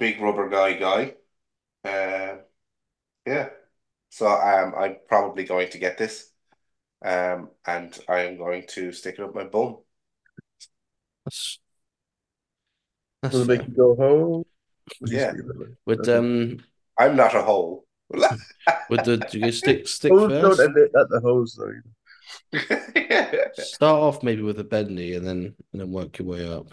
[SPEAKER 4] big rubber guy guy. Uh, yeah. So um, I'm probably going to get this, um, and I am going to stick it up my bum.
[SPEAKER 3] That's that's
[SPEAKER 5] Will it make
[SPEAKER 3] fair.
[SPEAKER 5] you go "Oh?" home?
[SPEAKER 4] Yeah.
[SPEAKER 3] Would
[SPEAKER 5] Okay.
[SPEAKER 3] um
[SPEAKER 4] I'm not a hole.
[SPEAKER 3] would the do you stick stick
[SPEAKER 5] Hose
[SPEAKER 3] first?
[SPEAKER 5] don't end it at the hose though.
[SPEAKER 3] Start off maybe with a bend knee and then and then work your way up.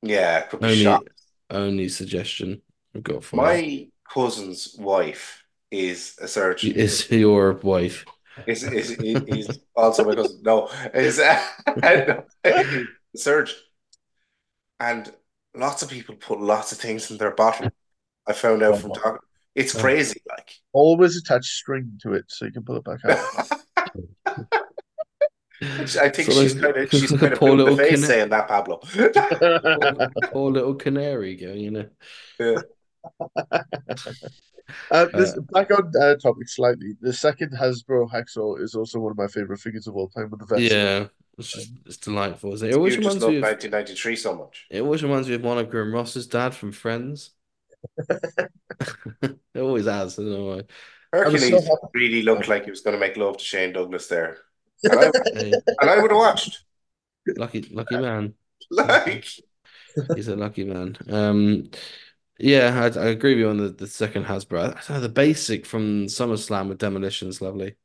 [SPEAKER 4] Yeah, could be
[SPEAKER 3] Only
[SPEAKER 4] shot.
[SPEAKER 3] only suggestion I've got for you
[SPEAKER 4] My cousin's wife is a surgeon.
[SPEAKER 3] is your wife.
[SPEAKER 4] Is is is is also my cousin? No, is no, a surgeon. And lots of people put lots of things in their bottom. I found out from talking. It's
[SPEAKER 3] Oh.
[SPEAKER 4] crazy, like.
[SPEAKER 5] Always attach string to it so you can pull it back out.
[SPEAKER 4] I think
[SPEAKER 3] So there's-
[SPEAKER 4] she's kind of she's
[SPEAKER 3] there's a
[SPEAKER 4] kind of
[SPEAKER 3] poor
[SPEAKER 4] blue in the
[SPEAKER 3] little
[SPEAKER 4] face
[SPEAKER 3] kid-
[SPEAKER 4] saying that, Pablo.
[SPEAKER 3] Poor, poor little canary going, you know.
[SPEAKER 5] Uh, this, back on uh, topic slightly. The second Hasbro Hacksaw is also one of my favorite figures of all time with the vest.
[SPEAKER 3] Yeah, it's just it's delightful, isn't it? It always
[SPEAKER 4] You just
[SPEAKER 3] reminds
[SPEAKER 4] love
[SPEAKER 3] me of
[SPEAKER 4] 1993 so much.
[SPEAKER 3] it always reminds me of Monica and Ross's dad from Friends. It always has, I don't know why.
[SPEAKER 5] was so
[SPEAKER 4] Hercules
[SPEAKER 5] happy.
[SPEAKER 4] really looked like he was going to make love to Shane Douglas there, and I,
[SPEAKER 3] Hey,
[SPEAKER 4] and I would have watched.
[SPEAKER 3] lucky lucky man.
[SPEAKER 4] Like,
[SPEAKER 3] He's a lucky man. Um, yeah, I, I agree with you on the, the second Hasbro. I don't know, the basic from SummerSlam with Demolition's lovely.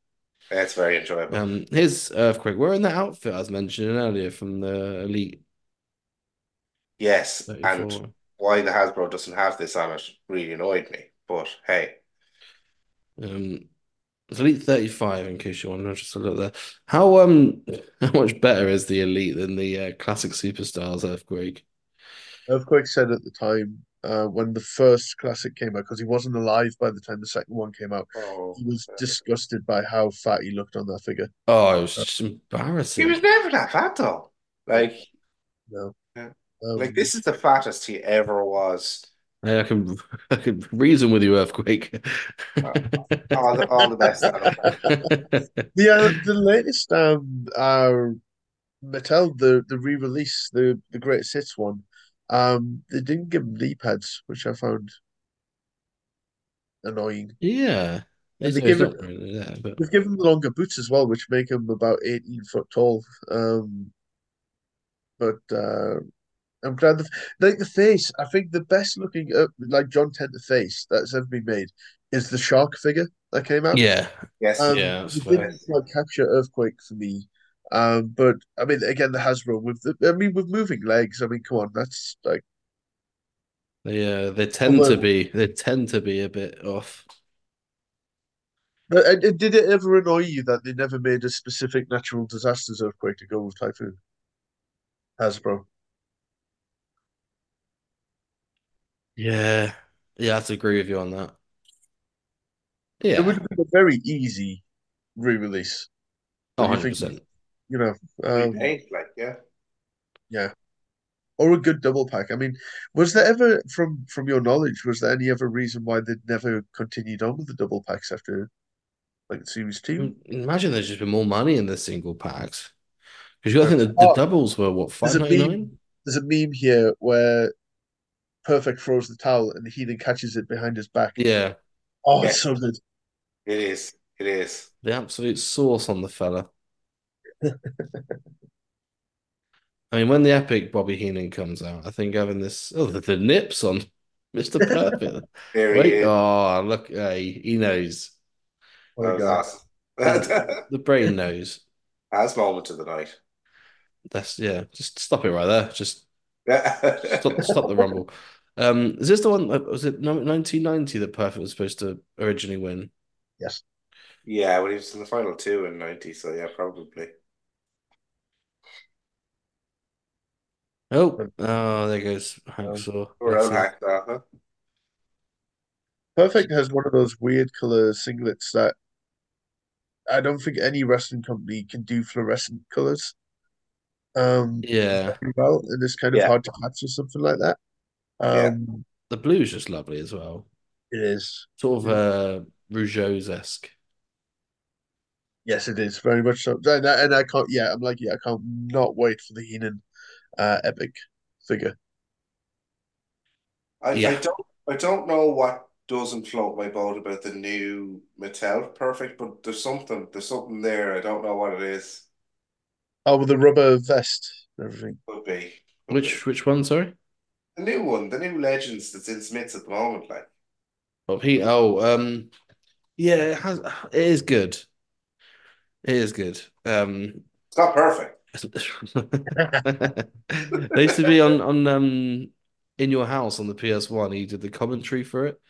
[SPEAKER 4] that's very enjoyable.
[SPEAKER 3] Um, here's Earthquake. We're in that outfit I was mentioning earlier from the Elite
[SPEAKER 4] Yes, and
[SPEAKER 3] 34.
[SPEAKER 4] why the Hasbro doesn't have this on it really annoyed me. But hey,
[SPEAKER 3] Um, it's Elite 35, in case you want to just a look there. How um how much better is the Elite than the uh, classic Superstars Earthquake?
[SPEAKER 5] Earthquake said at the time uh, when the first classic came out, because he wasn't alive by the time the second one came out,
[SPEAKER 4] oh,
[SPEAKER 5] he was disgusted by how fat he looked on that figure.
[SPEAKER 3] Oh, it was
[SPEAKER 5] Uh,
[SPEAKER 3] just
[SPEAKER 4] he was
[SPEAKER 3] embarrassing.
[SPEAKER 4] never that fat though. Like,
[SPEAKER 5] No.
[SPEAKER 4] Yeah.
[SPEAKER 5] Um,
[SPEAKER 4] like this is the fattest he ever was.
[SPEAKER 3] Hey, I can I can reason with you, Earthquake.
[SPEAKER 4] All the, all the best. out of him.
[SPEAKER 5] the uh, the latest um uh Mattel the the re-release the the Greatest Hits one, um they didn't give him knee pads, which I found annoying.
[SPEAKER 3] Yeah.
[SPEAKER 5] And
[SPEAKER 3] It's,
[SPEAKER 5] they
[SPEAKER 3] it's
[SPEAKER 5] give it-
[SPEAKER 3] not really there, but
[SPEAKER 5] They've given him longer boots as well, which make him about 18 foot tall. Um, but uh, I'm glad the like the face. I think the best looking uh, like John Tenter face that's ever been made is the shark figure that came out.
[SPEAKER 3] yeah,
[SPEAKER 4] Yes,
[SPEAKER 5] Um,
[SPEAKER 3] yeah, that's
[SPEAKER 5] it
[SPEAKER 3] fair.
[SPEAKER 5] didn't quite capture earthquake for me. Um, but I mean, again, the Hasbro with the I mean with moving legs. I mean, come on, that's like
[SPEAKER 3] they uh, they tend to
[SPEAKER 5] Although-
[SPEAKER 3] be they tend to be a bit off.
[SPEAKER 5] but- and, and did it ever annoy you that they never made a specific natural disasters earthquake to go with Typhoon? Hasbro.
[SPEAKER 3] Yeah, yeah, I have to agree with you on that.
[SPEAKER 5] It
[SPEAKER 3] Yeah,
[SPEAKER 5] would have been a very easy re-release.
[SPEAKER 3] oh,
[SPEAKER 5] What do you think?
[SPEAKER 3] 100%.
[SPEAKER 5] you know, um,
[SPEAKER 4] Repaint, like, yeah.
[SPEAKER 5] or a good double pack. I mean, was there ever, from from your knowledge, was there any other reason why they'd never continued on with the double packs after like series
[SPEAKER 4] Mm.
[SPEAKER 5] two?
[SPEAKER 3] Imagine there's just been more money in the single packs. Because you got to think the, the
[SPEAKER 5] Oh.
[SPEAKER 3] doubles were what,
[SPEAKER 5] There's a meme-
[SPEAKER 3] 599?
[SPEAKER 5] There's a meme here where Perfect throws the towel and Heathen catches it behind his back.
[SPEAKER 3] Yeah,
[SPEAKER 5] Oh, it's so good.
[SPEAKER 4] It is. It is.
[SPEAKER 3] the absolute sauce on the fella. I mean, when the epic Bobby Heenan comes out, I think having this, oh, the, the nips on Mr. Perfect.
[SPEAKER 4] There he
[SPEAKER 3] Wait,
[SPEAKER 4] is.
[SPEAKER 3] oh, look, uh, he, he knows.
[SPEAKER 5] Oh my
[SPEAKER 4] That was
[SPEAKER 5] God.
[SPEAKER 4] awesome. That
[SPEAKER 3] The brain knows.
[SPEAKER 4] was moment of the night.
[SPEAKER 3] That's, yeah, just stop it right there. Just
[SPEAKER 4] Yeah.
[SPEAKER 3] stop, stop the rumble. Um, is this the one? Was it no- 1990 that Perfect was supposed to originally win?
[SPEAKER 5] Yes.
[SPEAKER 4] Yeah, well, he was in the final two in 90, so yeah, probably.
[SPEAKER 3] Oh, oh, there goes Hacksaw.
[SPEAKER 4] Or
[SPEAKER 3] That's
[SPEAKER 4] own
[SPEAKER 3] it.
[SPEAKER 4] hack, that, huh?
[SPEAKER 5] Perfect has one of those weird color singlets that I don't think any wrestling company can do fluorescent colors. Um,
[SPEAKER 3] Yeah,
[SPEAKER 5] pretty well, and it's kind of
[SPEAKER 4] Yeah.
[SPEAKER 5] hard to catch or something like that. Um,
[SPEAKER 3] the blue's just lovely as well.
[SPEAKER 5] it is.
[SPEAKER 3] Sort of uh, Rougeau's esque.
[SPEAKER 5] Yes, it is very much so. And I, and I can't. Yeah, I'm like, yeah, I can't not wait for the Heenan uh, epic figure.
[SPEAKER 4] I, I
[SPEAKER 3] Yeah.
[SPEAKER 4] don't I don't know what doesn't float my boat about the new Mattel Perfect, but there's something there's something there. I don't know what it is.
[SPEAKER 5] Oh, with the rubber vest and everything.
[SPEAKER 4] Could be. Could
[SPEAKER 3] Which
[SPEAKER 4] be.
[SPEAKER 3] which one? Sorry,
[SPEAKER 4] the new one, the new Legends that's in Smiths at the moment, like
[SPEAKER 3] oh, he, oh, um, yeah, it has. It is good. It is good. Um,
[SPEAKER 4] it's not perfect.
[SPEAKER 3] they used to be on on um in your house on the PS1. He did the commentary for it,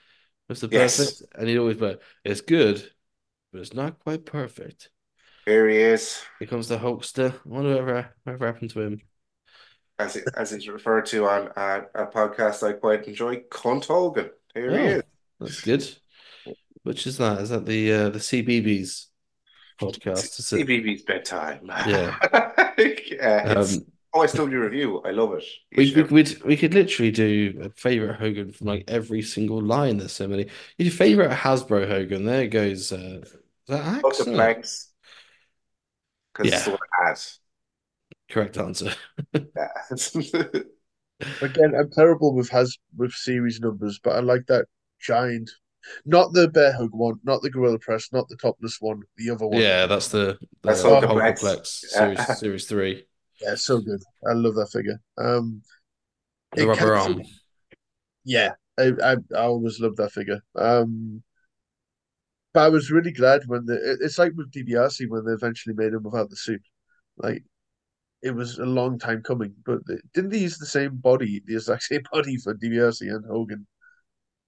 [SPEAKER 3] Mr.
[SPEAKER 4] Yes.
[SPEAKER 3] Perfect, and he'd always be, "It's good, but it's not quite perfect."
[SPEAKER 4] Here he is,
[SPEAKER 3] Here comes the Hulkster. I wonder whatever whatever happened to him.
[SPEAKER 4] as it, as he's referred to on uh, a podcast I quite enjoy, Cunt Hogan. Here he
[SPEAKER 3] Oh.
[SPEAKER 4] is.
[SPEAKER 3] That's good. Which is that? Is that the uh, the CBBS podcast? Is it?
[SPEAKER 4] CBB's bedtime.
[SPEAKER 3] Yeah.
[SPEAKER 4] yeah, it's
[SPEAKER 3] Um,
[SPEAKER 4] OSW review. I love it.
[SPEAKER 3] we,
[SPEAKER 4] You
[SPEAKER 3] we,
[SPEAKER 4] should-
[SPEAKER 3] we'd, we could literally do a favorite Hogan from like every single line. There's so many. Your favorite Hasbro Hogan. There goes. Uh, is that
[SPEAKER 4] Fuck the
[SPEAKER 3] Axe?
[SPEAKER 4] planks. Because
[SPEAKER 3] Yeah.
[SPEAKER 4] it's what it has.
[SPEAKER 3] Correct answer.
[SPEAKER 4] Yeah.
[SPEAKER 5] Again, I'm terrible with has with series numbers, but I like that giant, not the bear hug one, not the gorilla press, not the topless one, the other one.
[SPEAKER 3] Yeah, that's the, the
[SPEAKER 4] That's
[SPEAKER 5] all
[SPEAKER 3] Hulkaplex
[SPEAKER 4] complex. Yeah.
[SPEAKER 3] series series three.
[SPEAKER 5] Yeah, so good. I love that figure. Um,
[SPEAKER 3] The
[SPEAKER 5] It
[SPEAKER 3] rubber
[SPEAKER 5] catches-
[SPEAKER 3] arm.
[SPEAKER 5] Yeah, I, I I always loved that figure. Um, but I was really glad when the it- it's like with DiBiase when they eventually made him without the suit. Like it was a long time coming, but they, didn't they use the same body, the exact same body for DiBiase and Hogan?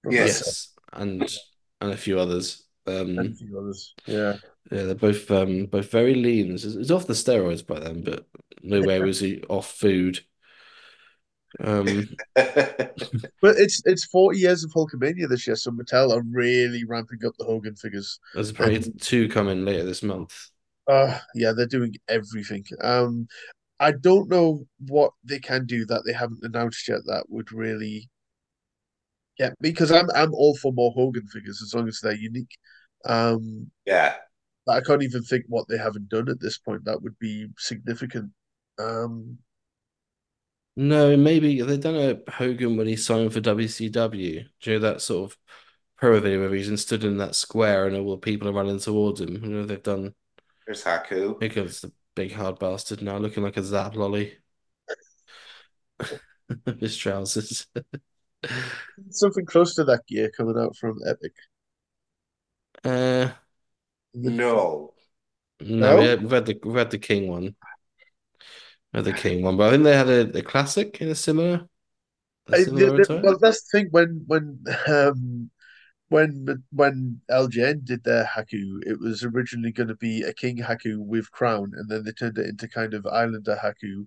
[SPEAKER 5] From that
[SPEAKER 4] Yes.
[SPEAKER 5] set
[SPEAKER 3] Yes, and and a few others.
[SPEAKER 5] and a
[SPEAKER 3] Um,
[SPEAKER 5] few others. Yeah,
[SPEAKER 3] yeah, they're both um both very lean. It's, it's off the steroids by then, but nowhere was he off food. Um,
[SPEAKER 5] but it's it's forty years of Hulkamania this year, so Mattel are really ramping up the Hogan figures.
[SPEAKER 3] there's probably two coming later this month.
[SPEAKER 5] Uh, yeah, they're doing everything. Um, I don't know what they can do that they haven't announced yet that would really get me because I'm I'm all for more Hogan figures as long as they're unique. Um,
[SPEAKER 4] yeah.
[SPEAKER 5] but I can't even think what they haven't done at this point that would be significant. Um,
[SPEAKER 3] No, maybe they done a Hogan when he signed for WCW. Do you know that sort of pro video where he's in- stood in that square and all the people are running towards him? You know they've done.
[SPEAKER 4] There's Haku.
[SPEAKER 3] Because the big hard bastard now looking like a zap lolly. His trousers.
[SPEAKER 5] something close to that gear coming out from Epic.
[SPEAKER 3] Uh, no,
[SPEAKER 4] No.
[SPEAKER 5] No?
[SPEAKER 3] we had, we've had the we've had the king one. We had the king one, but I think they had a, a classic in a similar, a
[SPEAKER 5] I-
[SPEAKER 3] similar
[SPEAKER 5] the- the-
[SPEAKER 3] attire.
[SPEAKER 5] well, that's the thing when when um when when LJN did their Haku, it was originally going to be a King Haku with crown, and then they turned it into kind of Islander Haku,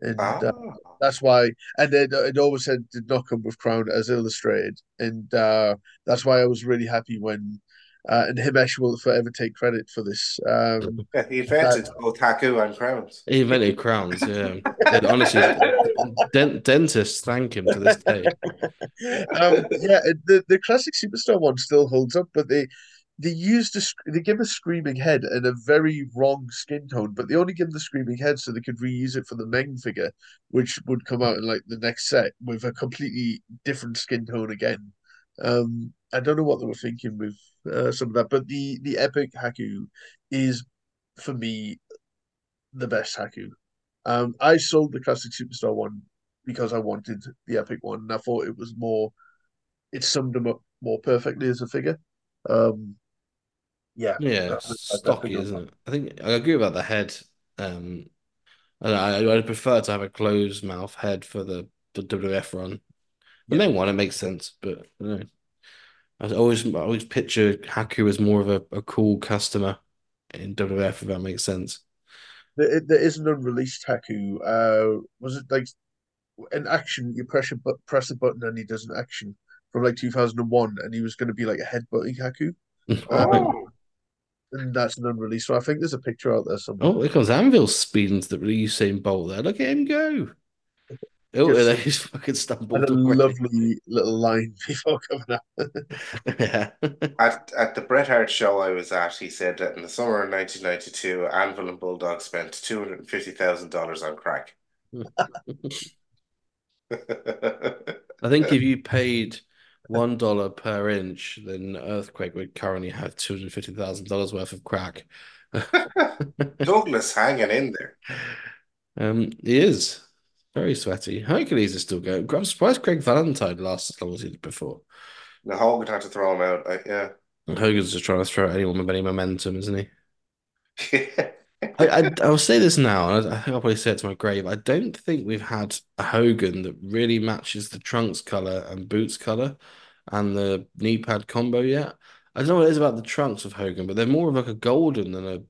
[SPEAKER 5] and uh,
[SPEAKER 4] Ah.
[SPEAKER 5] that's why. And it, it always said did not come with crown as illustrated, and uh, that's why I was really happy when uh, and Himesh will forever take credit for this. Um,
[SPEAKER 4] Yeah, he invented both Haku and crowns.
[SPEAKER 3] He invented crowns, yeah. And honestly, dent- dentists thank him to this day.
[SPEAKER 5] um, yeah, it- the the classic superstar one still holds up, but they they used a, sc- they give a screaming head and a very wrong skin tone, but they only give the screaming head so they could reuse it for the Meng figure, which would come out in like the next set with a completely different skin tone again. Um, I don't know what they were thinking with uh, some of that, but the the epic Haku is for me the best Haku. Um, I sold the classic superstar one because I wanted the epic one, and I thought it was more. It summed him up more perfectly as a figure. Um, yeah,
[SPEAKER 3] Yeah,
[SPEAKER 5] That's-
[SPEAKER 3] it's
[SPEAKER 5] that's
[SPEAKER 3] stocky,
[SPEAKER 5] definitely
[SPEAKER 3] isn't it? I think I agree about the head. Um, and I I'd prefer to have a closed mouth head for the, the WF run. The main one, it makes sense, but I don't know. I always I always picture Haku as more of a, a cool customer in WF, if that makes sense.
[SPEAKER 5] there, there is an unreleased Haku. Uh, was it like an action? You press a but press a button and he does an action from like 2001, and he was going to be like a headbutting Haku,
[SPEAKER 3] Oh,
[SPEAKER 4] Oh,
[SPEAKER 5] and that's an unreleased. So I think there's a picture out there somewhere.
[SPEAKER 3] oh, here comes Anvil speeding to the Usain Bolt there. Look at him go. Oh,
[SPEAKER 5] Yes.
[SPEAKER 3] and he's fucking
[SPEAKER 5] and
[SPEAKER 3] stumbled
[SPEAKER 5] a
[SPEAKER 3] already.
[SPEAKER 5] lovely little line before coming out.
[SPEAKER 3] Yeah.
[SPEAKER 4] At, at the Bret Hart show I was at, he said that in the summer of 1992, Anvil and Bulldog spent $250,000 on crack.
[SPEAKER 3] I think if you paid one dollar per inch, then Earthquake would currently have two hundred fifty thousand dollars worth of crack.
[SPEAKER 4] Douglas hanging in there.
[SPEAKER 3] Um, he is very sweaty. Hercules is still going. I'm surprised Craig Valentine lasts as long as he did before.
[SPEAKER 4] No, Hogan had to throw him out. Like, yeah.
[SPEAKER 3] And Hogan's just trying to throw at anyone with any momentum, isn't he? I, I I'll say this now, and I, I think I'll probably say it to my grave. I don't think we've had a Hogan that really matches the trunks color and boots color and the knee pad combo yet. I don't know what it is about the trunks of Hogan, but they're more of like a golden than a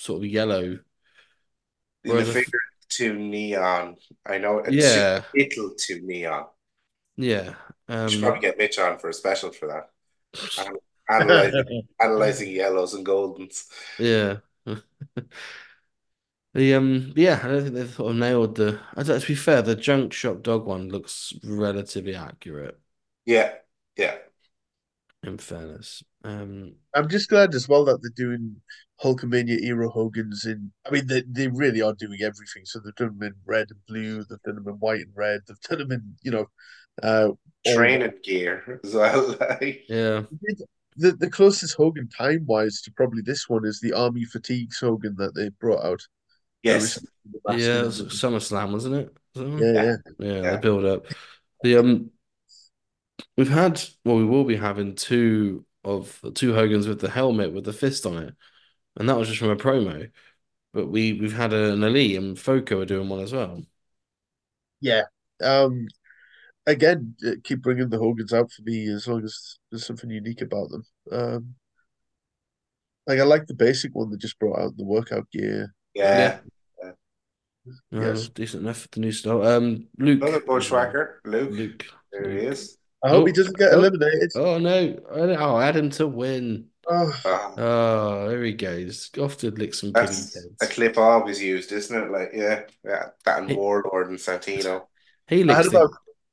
[SPEAKER 3] sort of yellow.
[SPEAKER 4] In the
[SPEAKER 3] Whereas I f-
[SPEAKER 4] figure to neon. I know it's
[SPEAKER 3] Yeah,
[SPEAKER 4] little to neon.
[SPEAKER 3] yeah. Um,
[SPEAKER 4] Should probably get Mitch on for a special for that. An- Analyzing, analyzing yellows and goldens.
[SPEAKER 3] yeah. The um, yeah. I don't think they've sort of nailed the. I don't, to be fair, the junk shop dog one looks relatively accurate.
[SPEAKER 4] Yeah, yeah.
[SPEAKER 3] In fairness, um.
[SPEAKER 5] I'm just glad as well that they're doing Hulkamania era Hogan's in. I mean, they they really are doing everything. So they've done them in red and blue. They've done them in white and red. They've done them in you know, uh, all-
[SPEAKER 4] Training gear as well. like.
[SPEAKER 3] Yeah,
[SPEAKER 5] the the closest Hogan time wise to probably this one is the Army Fatigues Hogan that they brought out.
[SPEAKER 4] Yes.
[SPEAKER 5] The last
[SPEAKER 3] yeah, it
[SPEAKER 5] one.
[SPEAKER 3] was SummerSlam, wasn't it? Was that one?
[SPEAKER 5] yeah, yeah.
[SPEAKER 3] Yeah,
[SPEAKER 4] Yeah.
[SPEAKER 3] the build up. The um we've had well we will be having two of two Hogans with the helmet with the fist on it. And that was just from a promo. But we we've had an Ali and Foco are doing one as well.
[SPEAKER 5] Yeah. Um, again, uh, keep bringing the Hogans out for me as long as there's something unique about them. Um, like I like the basic one they just brought out the workout gear.
[SPEAKER 4] Yeah.
[SPEAKER 3] Uh,
[SPEAKER 5] Yes.
[SPEAKER 3] decent enough for the new stuff. Um Luke
[SPEAKER 4] Another
[SPEAKER 3] as well.
[SPEAKER 4] bushwhacker, Luke.
[SPEAKER 3] Luke.
[SPEAKER 4] There he is.
[SPEAKER 5] I hope he
[SPEAKER 3] Oh,
[SPEAKER 5] doesn't get
[SPEAKER 3] oh.
[SPEAKER 5] eliminated.
[SPEAKER 3] Oh no. Oh, add him to win.
[SPEAKER 5] Oh,
[SPEAKER 4] Ah,
[SPEAKER 3] Oh, there he goes. Off to lick some kitty
[SPEAKER 4] that's a
[SPEAKER 3] heads.
[SPEAKER 4] clip always used, isn't it? Like, yeah, yeah, that and Warlord and Santino.
[SPEAKER 3] He
[SPEAKER 5] I had
[SPEAKER 3] licks
[SPEAKER 5] about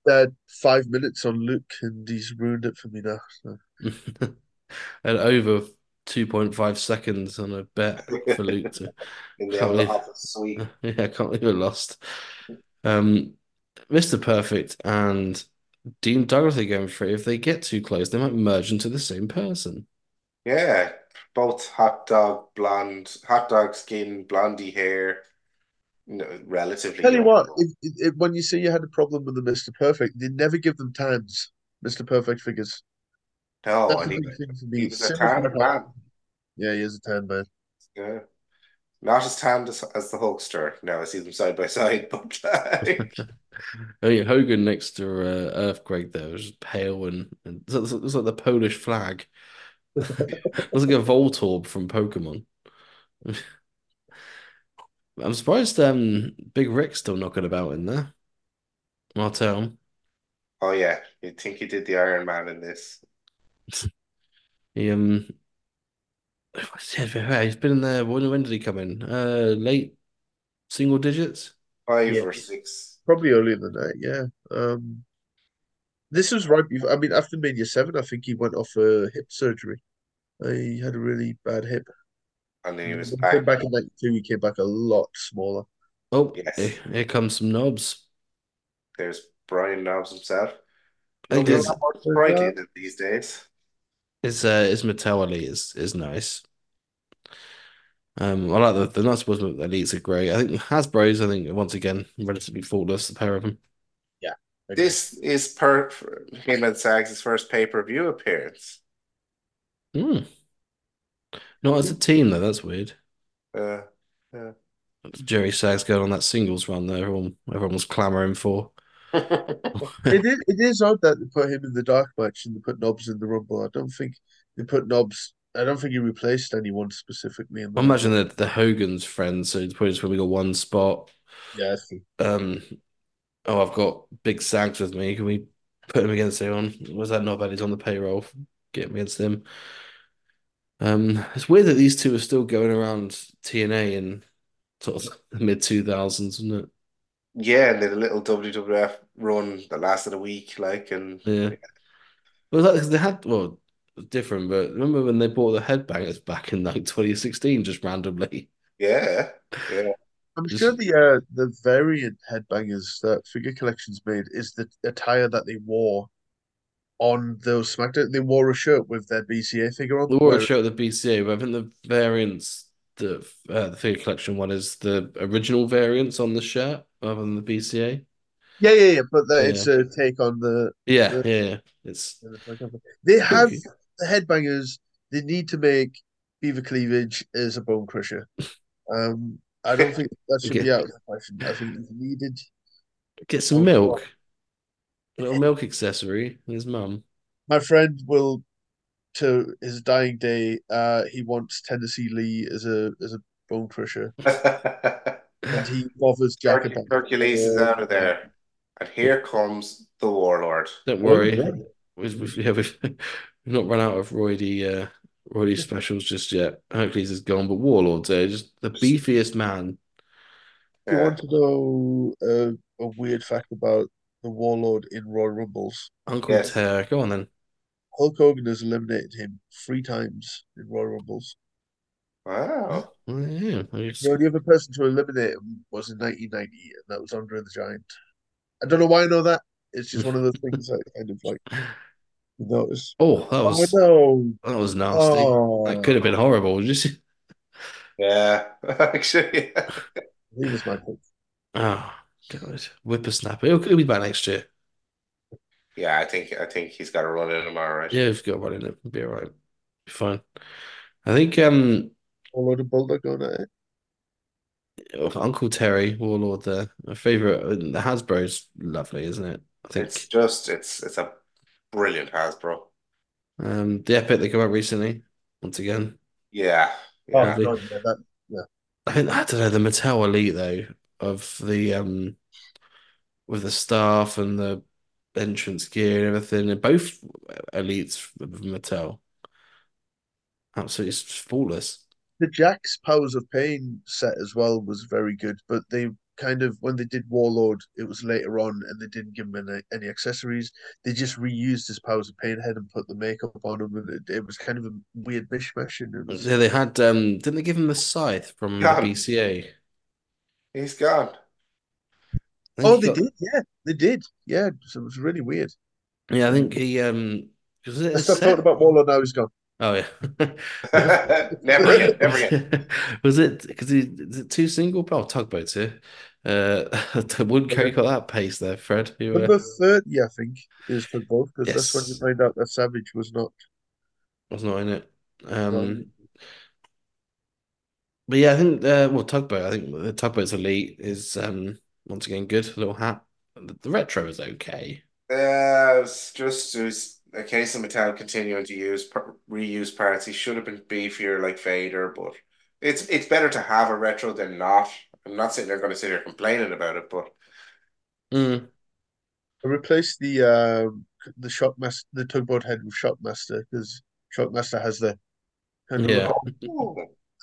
[SPEAKER 5] uh, five minutes on Luke, and he's ruined it for me now. So.
[SPEAKER 3] and over 2.5 seconds on a bet for Luke to
[SPEAKER 4] in the
[SPEAKER 3] Can't
[SPEAKER 4] old
[SPEAKER 3] believe-
[SPEAKER 4] office suite.
[SPEAKER 3] yeah, I can't believe I lost. Um, Mr. Perfect and Dean Douglas are going for it. If they get too close, they might merge into the same person.
[SPEAKER 4] Yeah, both hot dog blonde, hot dog skin, blondie hair, no, relatively
[SPEAKER 5] Tell you
[SPEAKER 4] young.
[SPEAKER 5] what, if, if, when you say you had a problem with the Mr. Perfect, they never give them tans, Mr. Perfect figures.
[SPEAKER 4] No,
[SPEAKER 5] That's
[SPEAKER 4] Oh, I
[SPEAKER 5] a
[SPEAKER 4] mean,
[SPEAKER 5] big thing for
[SPEAKER 4] he
[SPEAKER 5] me.
[SPEAKER 4] was a
[SPEAKER 5] Similar
[SPEAKER 4] tan
[SPEAKER 5] kind of-
[SPEAKER 4] man.
[SPEAKER 5] Yeah, he is a tan man.
[SPEAKER 4] Yeah. Not as tanned as, as the Hulkster. Now I see them side by side, but uh, like,
[SPEAKER 3] I mean, Hogan next to uh, Earthquake there was just pale and, and it was it was like the Polish flag. It was like a Voltorb from Pokemon. I'm surprised um, Big Rick's still knocking about in there. Martel.
[SPEAKER 4] oh yeah, you'd think he did the Iron Man in this.
[SPEAKER 3] He um He's been there. When, when did he come in? Uh, late single digits.
[SPEAKER 4] Five
[SPEAKER 5] Yeah.
[SPEAKER 4] or six.
[SPEAKER 5] Probably earlier than that, yeah. Um, this was right before. I mean, after Mania Seven, I think he went off a hip surgery. Uh, he had a really bad hip.
[SPEAKER 4] And then he was
[SPEAKER 5] When he
[SPEAKER 4] back.
[SPEAKER 5] came back in '92. He came back a lot smaller.
[SPEAKER 3] Oh,
[SPEAKER 4] Yes.
[SPEAKER 3] here, here comes some knobs.
[SPEAKER 4] There's Brian Knobs himself.
[SPEAKER 3] I think
[SPEAKER 5] Knobs.
[SPEAKER 3] it's-
[SPEAKER 4] Brian did these days.
[SPEAKER 3] It's uh, it's Mattel Elite is is nice. Um, I like the the nice ones. but the Elites are great. I think Hasbro's. I think once again relatively faultless. The pair of them.
[SPEAKER 4] This is per him and Sags' first pay per view appearance.
[SPEAKER 3] Mm. Not as a team though. That's weird.
[SPEAKER 4] Uh,
[SPEAKER 3] Jerry Sags going on that singles run there. Everyone everyone was clamoring for.
[SPEAKER 5] It is, it is odd that they put him in the dark match and they put Knobs in the Rumble. I don't think they put Knobs. I don't think he replaced anyone specifically in the
[SPEAKER 3] I imagine that the Hogan's friends. So it's probably just when we got one spot.
[SPEAKER 5] Yeah, I think-
[SPEAKER 3] Um, oh, I've got Big Sags with me. Can we put him against anyone? Was that not bad? He's on the payroll. Get him against him. Um, it's weird that these two are still going around TNA in sort of the mid 2000s, isn't it?
[SPEAKER 4] yeah, and did a little WWF run that lasted a week, like, and
[SPEAKER 3] Yeah. Well, that because they had, well, different, but remember when they bought the headbangers back in like 2016 just randomly?
[SPEAKER 4] yeah, yeah.
[SPEAKER 5] I'm
[SPEAKER 3] This-
[SPEAKER 5] sure the uh, the variant headbangers that Figure Collections made is the attire that they wore on those SmackDown. They wore a shirt with their BCA figure on.
[SPEAKER 3] They wore a
[SPEAKER 5] where-
[SPEAKER 3] shirt at the BCA, but I think the variants that uh, the figure collection one is the original variants on the shirt rather than the BCA.
[SPEAKER 5] Yeah, yeah, yeah. But that it's a take on the.
[SPEAKER 3] Yeah, yeah, yeah. It's
[SPEAKER 5] They have the headbangers. They need to make Beaver Cleavage as a bone crusher. Um, I don't think that should be
[SPEAKER 3] Okay.
[SPEAKER 5] out of the question. I think it's needed.
[SPEAKER 3] get some milk. A little milk accessory. His mum.
[SPEAKER 5] My friend will, to his dying day, uh, he wants Tennessee Lee as a as a bone crusher, and he bothers Jack
[SPEAKER 4] Herc-
[SPEAKER 5] about it.
[SPEAKER 4] Hercules is out of there, and here comes the Warlord.
[SPEAKER 5] Oh,
[SPEAKER 3] Don't worry. We've, we've, yeah, we've, we've not run out of roidy uh roidy specials just yet. Hercules is gone, but Warlord's there. Just the beefiest man.
[SPEAKER 5] If you
[SPEAKER 4] Yeah.
[SPEAKER 5] want to know uh, a weird fact about the Warlord in Royal Rumbles,
[SPEAKER 3] Uncle
[SPEAKER 4] Yes.
[SPEAKER 3] Tear. Go on then.
[SPEAKER 5] Hulk Hogan has eliminated him three times in Royal Rumbles.
[SPEAKER 4] Wow.
[SPEAKER 3] Well, yeah, I guess-
[SPEAKER 5] The only other person to eliminate him was in 1990, and that was Andre the Giant. I don't know why I know that. It's just one of those things I kind of like notice.
[SPEAKER 3] Oh, that
[SPEAKER 5] Oh
[SPEAKER 3] was
[SPEAKER 5] no!
[SPEAKER 3] that was nasty.
[SPEAKER 5] Oh,
[SPEAKER 3] That could have been horrible. Just
[SPEAKER 4] Yeah, actually, yeah.
[SPEAKER 5] He was my pick.
[SPEAKER 3] oh god, whippersnapper. It'll, it'll be back next year.
[SPEAKER 4] Yeah, I think I think he's got to run in tomorrow, right?
[SPEAKER 3] Yeah, if you got one in it, it'll be all right. Be fine. I think um
[SPEAKER 5] Warlord and Bulldog on it.
[SPEAKER 3] oh, Uncle Terry, Warlord there, my favorite. and The Hasbro's lovely, isn't it? I think
[SPEAKER 4] It's just it's it's a brilliant Hasbro.
[SPEAKER 3] um the Epic that came out recently, once again.
[SPEAKER 4] Yeah, yeah.
[SPEAKER 3] Lovely.
[SPEAKER 5] Oh, God, yeah, that-
[SPEAKER 3] I think I don't know, the Mattel Elite though, of the um with the staff and the entrance gear and everything, and both elites of Mattel. Absolutely flawless.
[SPEAKER 5] the Jack's Powers of Pain set as well was very good, but they kind of when they did Warlord, it was later on, and they didn't give him any, any accessories. They just reused his Powers of Pain head and put the makeup on him, and it, it was kind of a weird mishmash. And it was
[SPEAKER 3] Yeah, they had um didn't they give him the scythe from the
[SPEAKER 4] Yeah.
[SPEAKER 3] BCA?
[SPEAKER 4] He's gone.
[SPEAKER 3] I think
[SPEAKER 5] oh,
[SPEAKER 3] he
[SPEAKER 5] they
[SPEAKER 3] got-
[SPEAKER 5] did, yeah, they did, yeah. So it was really weird.
[SPEAKER 3] Yeah, I think he um was it a
[SPEAKER 5] Let's stop
[SPEAKER 3] set?
[SPEAKER 5] talking about Warlord now. He's gone.
[SPEAKER 3] Oh yeah.
[SPEAKER 4] Never again, never again.
[SPEAKER 3] Was it because he is it two single oh tugboats here? Uh Woodcote got that pace there, Fred. You were
[SPEAKER 5] Number thirty, I think, is for both because that's when you
[SPEAKER 3] Yes.
[SPEAKER 5] find out that Savage was not.
[SPEAKER 3] was not in it. Um
[SPEAKER 5] Um,
[SPEAKER 3] but yeah, I think uh well tugboat, I think the tugboat's elite is um once again good. A little hat. The, the retro is okay.
[SPEAKER 4] Uh, it's just it was a case of Mattel continuing to use par- reuse parts. He should have been beefier like Vader, but it's it's better to have a retro than not. I'm not sitting there going to sit here complaining about it, but
[SPEAKER 3] Mm.
[SPEAKER 5] I replaced the um the shockmaster, the tugboat head with shockmaster because shockmaster has the And
[SPEAKER 3] Yeah.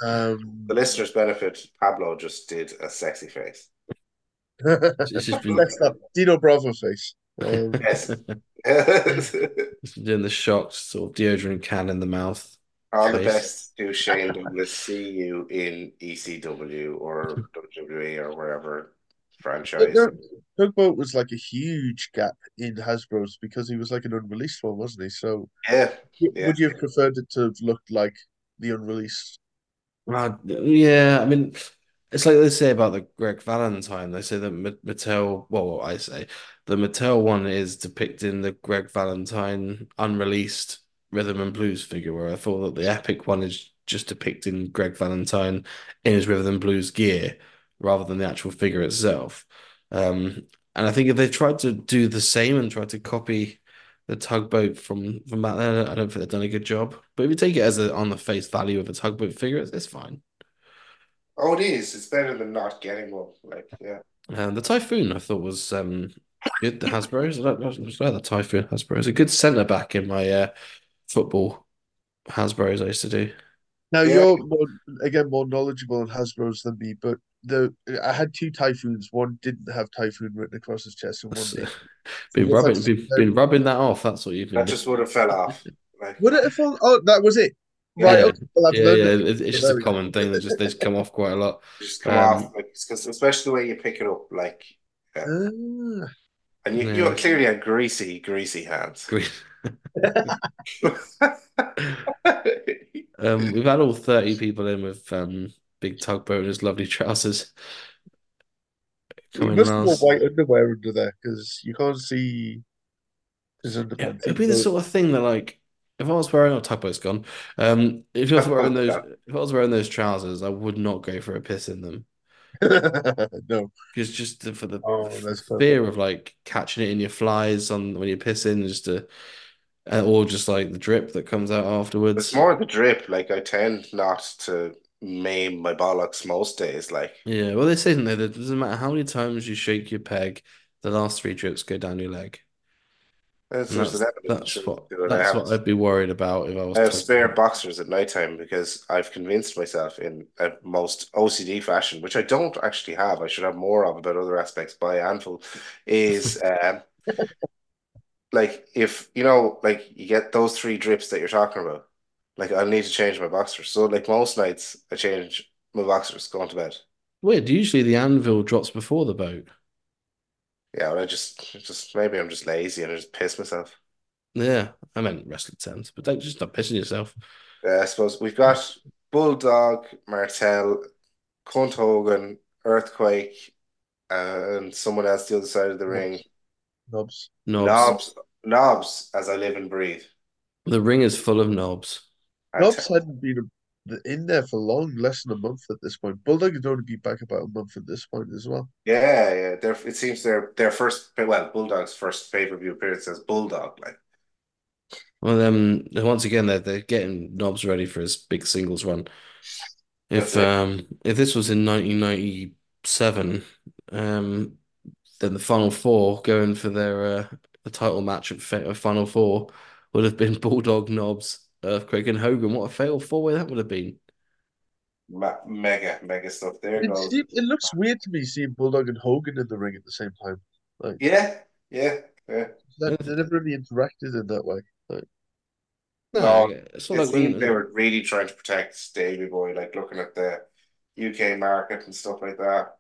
[SPEAKER 5] um,
[SPEAKER 4] The listeners' benefit, Pablo just did a sexy face.
[SPEAKER 3] It's just been,
[SPEAKER 5] next um, up, Dino Bravo face. Um,
[SPEAKER 4] Yes.
[SPEAKER 3] it's been doing the shocked sort of deodorant can in the mouth.
[SPEAKER 4] All the
[SPEAKER 3] Nice.
[SPEAKER 4] best to Shane Douglas. See you in ECW or WWE or wherever
[SPEAKER 5] but
[SPEAKER 4] franchise.
[SPEAKER 5] no, Tugboat was like a huge gap in Hasbro's because he was like an unreleased one, wasn't he? So
[SPEAKER 4] Yeah,
[SPEAKER 5] w-
[SPEAKER 4] Yeah.
[SPEAKER 5] would you have preferred it to have looked like the unreleased?
[SPEAKER 3] Uh, yeah, I mean, it's like they say about the Greg Valentine. They say that Ma- Mattel, well, I say the Mattel one is depicting the Greg Valentine unreleased rhythm and blues figure, where I thought that the Epic one is just depicting Greg Valentine in his rhythm and blues gear rather than the actual figure itself. Um, and I think if they tried to do the same and tried to copy the tugboat from from back then. I don't think they've done a good job. But if you take it as a on the face value of a tugboat figure, it's, it's fine.
[SPEAKER 4] Oh, it is. It's better than not getting one. Like, yeah.
[SPEAKER 3] Um, the Typhoon I thought was um good. The Hasbro's. I don't know if it's like the Typhoon Hasbro. It's a good centre back in my uh, football Hasbro's I used to do.
[SPEAKER 5] Now
[SPEAKER 4] Yeah.
[SPEAKER 5] you're more, again more knowledgeable on Hasbro's than me, but the I had two typhoons. One didn't have typhoon written across his chest, and one
[SPEAKER 3] That's-
[SPEAKER 5] did.
[SPEAKER 3] uh, Been
[SPEAKER 5] Yes,
[SPEAKER 3] rubbing,
[SPEAKER 5] that's-
[SPEAKER 3] been, been rubbing that off. That's what you've been.
[SPEAKER 4] That just would have fell off. Like,
[SPEAKER 5] Would it have fallen? Oh, that was it. Right.
[SPEAKER 3] Yeah.
[SPEAKER 5] Okay. Well, I've
[SPEAKER 3] Yeah,
[SPEAKER 5] learned
[SPEAKER 3] yeah.
[SPEAKER 5] it.
[SPEAKER 3] it- It's just
[SPEAKER 5] There
[SPEAKER 3] a
[SPEAKER 5] we go.
[SPEAKER 3] common thing that just they just come off quite a lot.
[SPEAKER 4] just come
[SPEAKER 3] Um,
[SPEAKER 4] off. Like, because especially the way you pick it up. Like,
[SPEAKER 5] Ah.
[SPEAKER 4] and you,
[SPEAKER 3] Yeah.
[SPEAKER 4] you clearly had greasy, greasy hands.
[SPEAKER 3] Green. Um, we've had all thirty people in with um big tugboat and his lovely trousers.
[SPEAKER 5] You
[SPEAKER 3] Coming
[SPEAKER 5] must
[SPEAKER 3] round.
[SPEAKER 5] wear white underwear under there because you can't see his
[SPEAKER 3] Yeah,
[SPEAKER 5] underpants.
[SPEAKER 3] it'd be the sort of thing that like if I was wearing oh tugboat's gone. Um if I was wearing those if I was wearing those trousers, I would not go for a piss in them.
[SPEAKER 5] no.
[SPEAKER 3] Because just the- for the
[SPEAKER 5] Oh, that's perfect.
[SPEAKER 3] fear of like catching it in your flies on when you're pissing, just to, uh, or just like the drip that comes out afterwards.
[SPEAKER 4] It's more the drip. Like, I tend not to maim my bollocks most days. Like,
[SPEAKER 3] Yeah, well, they say in there that it doesn't matter how many times you shake your peg, the last three drips go down your leg.
[SPEAKER 4] that's,
[SPEAKER 3] And
[SPEAKER 4] there's
[SPEAKER 3] that's
[SPEAKER 4] an element
[SPEAKER 3] that's
[SPEAKER 4] to it.
[SPEAKER 3] what
[SPEAKER 4] And I
[SPEAKER 3] that's
[SPEAKER 4] have-
[SPEAKER 3] what I'd be worried about if I was
[SPEAKER 4] I have
[SPEAKER 3] tugboat.
[SPEAKER 4] spare boxers at night time because I've convinced myself in a most OCD fashion, which I don't actually have. I should have more of about other aspects by Anvil, is um, like if you know, like you get those three drips that you're talking about, like I'll need to change my boxers. So like most nights, I change my boxers going to bed.
[SPEAKER 3] Weird. Usually the anvil drops before the boat.
[SPEAKER 4] Yeah, but I just, just maybe I'm just lazy and I just piss myself.
[SPEAKER 3] Yeah, I meant wrestling terms, but don't just stop pissing yourself.
[SPEAKER 4] Uh, I suppose we've got Bulldog, Martel, Cunt Hogan, Earthquake, and someone else the other side of the ring.
[SPEAKER 5] Knobs.
[SPEAKER 3] Knobs.
[SPEAKER 4] Knobs, knobs, as I live and breathe.
[SPEAKER 3] The ring is full of knobs.
[SPEAKER 4] I
[SPEAKER 5] Knobs
[SPEAKER 4] tell-
[SPEAKER 5] hadn't been in there for long, less than a month at this point. Bulldog had only been back about a month at this point as well.
[SPEAKER 4] yeah, yeah. Their, it seems their their first, well, Bulldog's first pay-per-view appearance as Bulldog. Like,
[SPEAKER 3] Well, then once again they're they're getting knobs ready for his big singles run. If
[SPEAKER 4] That's it.
[SPEAKER 3] um if this was in 1997, um then the final four going for their uh the title match at fa final four would have been Bulldog, Knobs, Earthquake, and Hogan. What a fatal four way that would have been.
[SPEAKER 4] ma- mega, mega stuff. There
[SPEAKER 5] It,
[SPEAKER 4] goes.
[SPEAKER 5] seem- it looks weird to me seeing Bulldog and Hogan in the ring at the same time.
[SPEAKER 4] Yeah, yeah, yeah.
[SPEAKER 5] That, they never really interacted in that way.
[SPEAKER 4] No,
[SPEAKER 3] it's not
[SPEAKER 4] It
[SPEAKER 3] like when-
[SPEAKER 4] seemed they were really trying to protect Davey Boy, like looking at the UK market and stuff like that.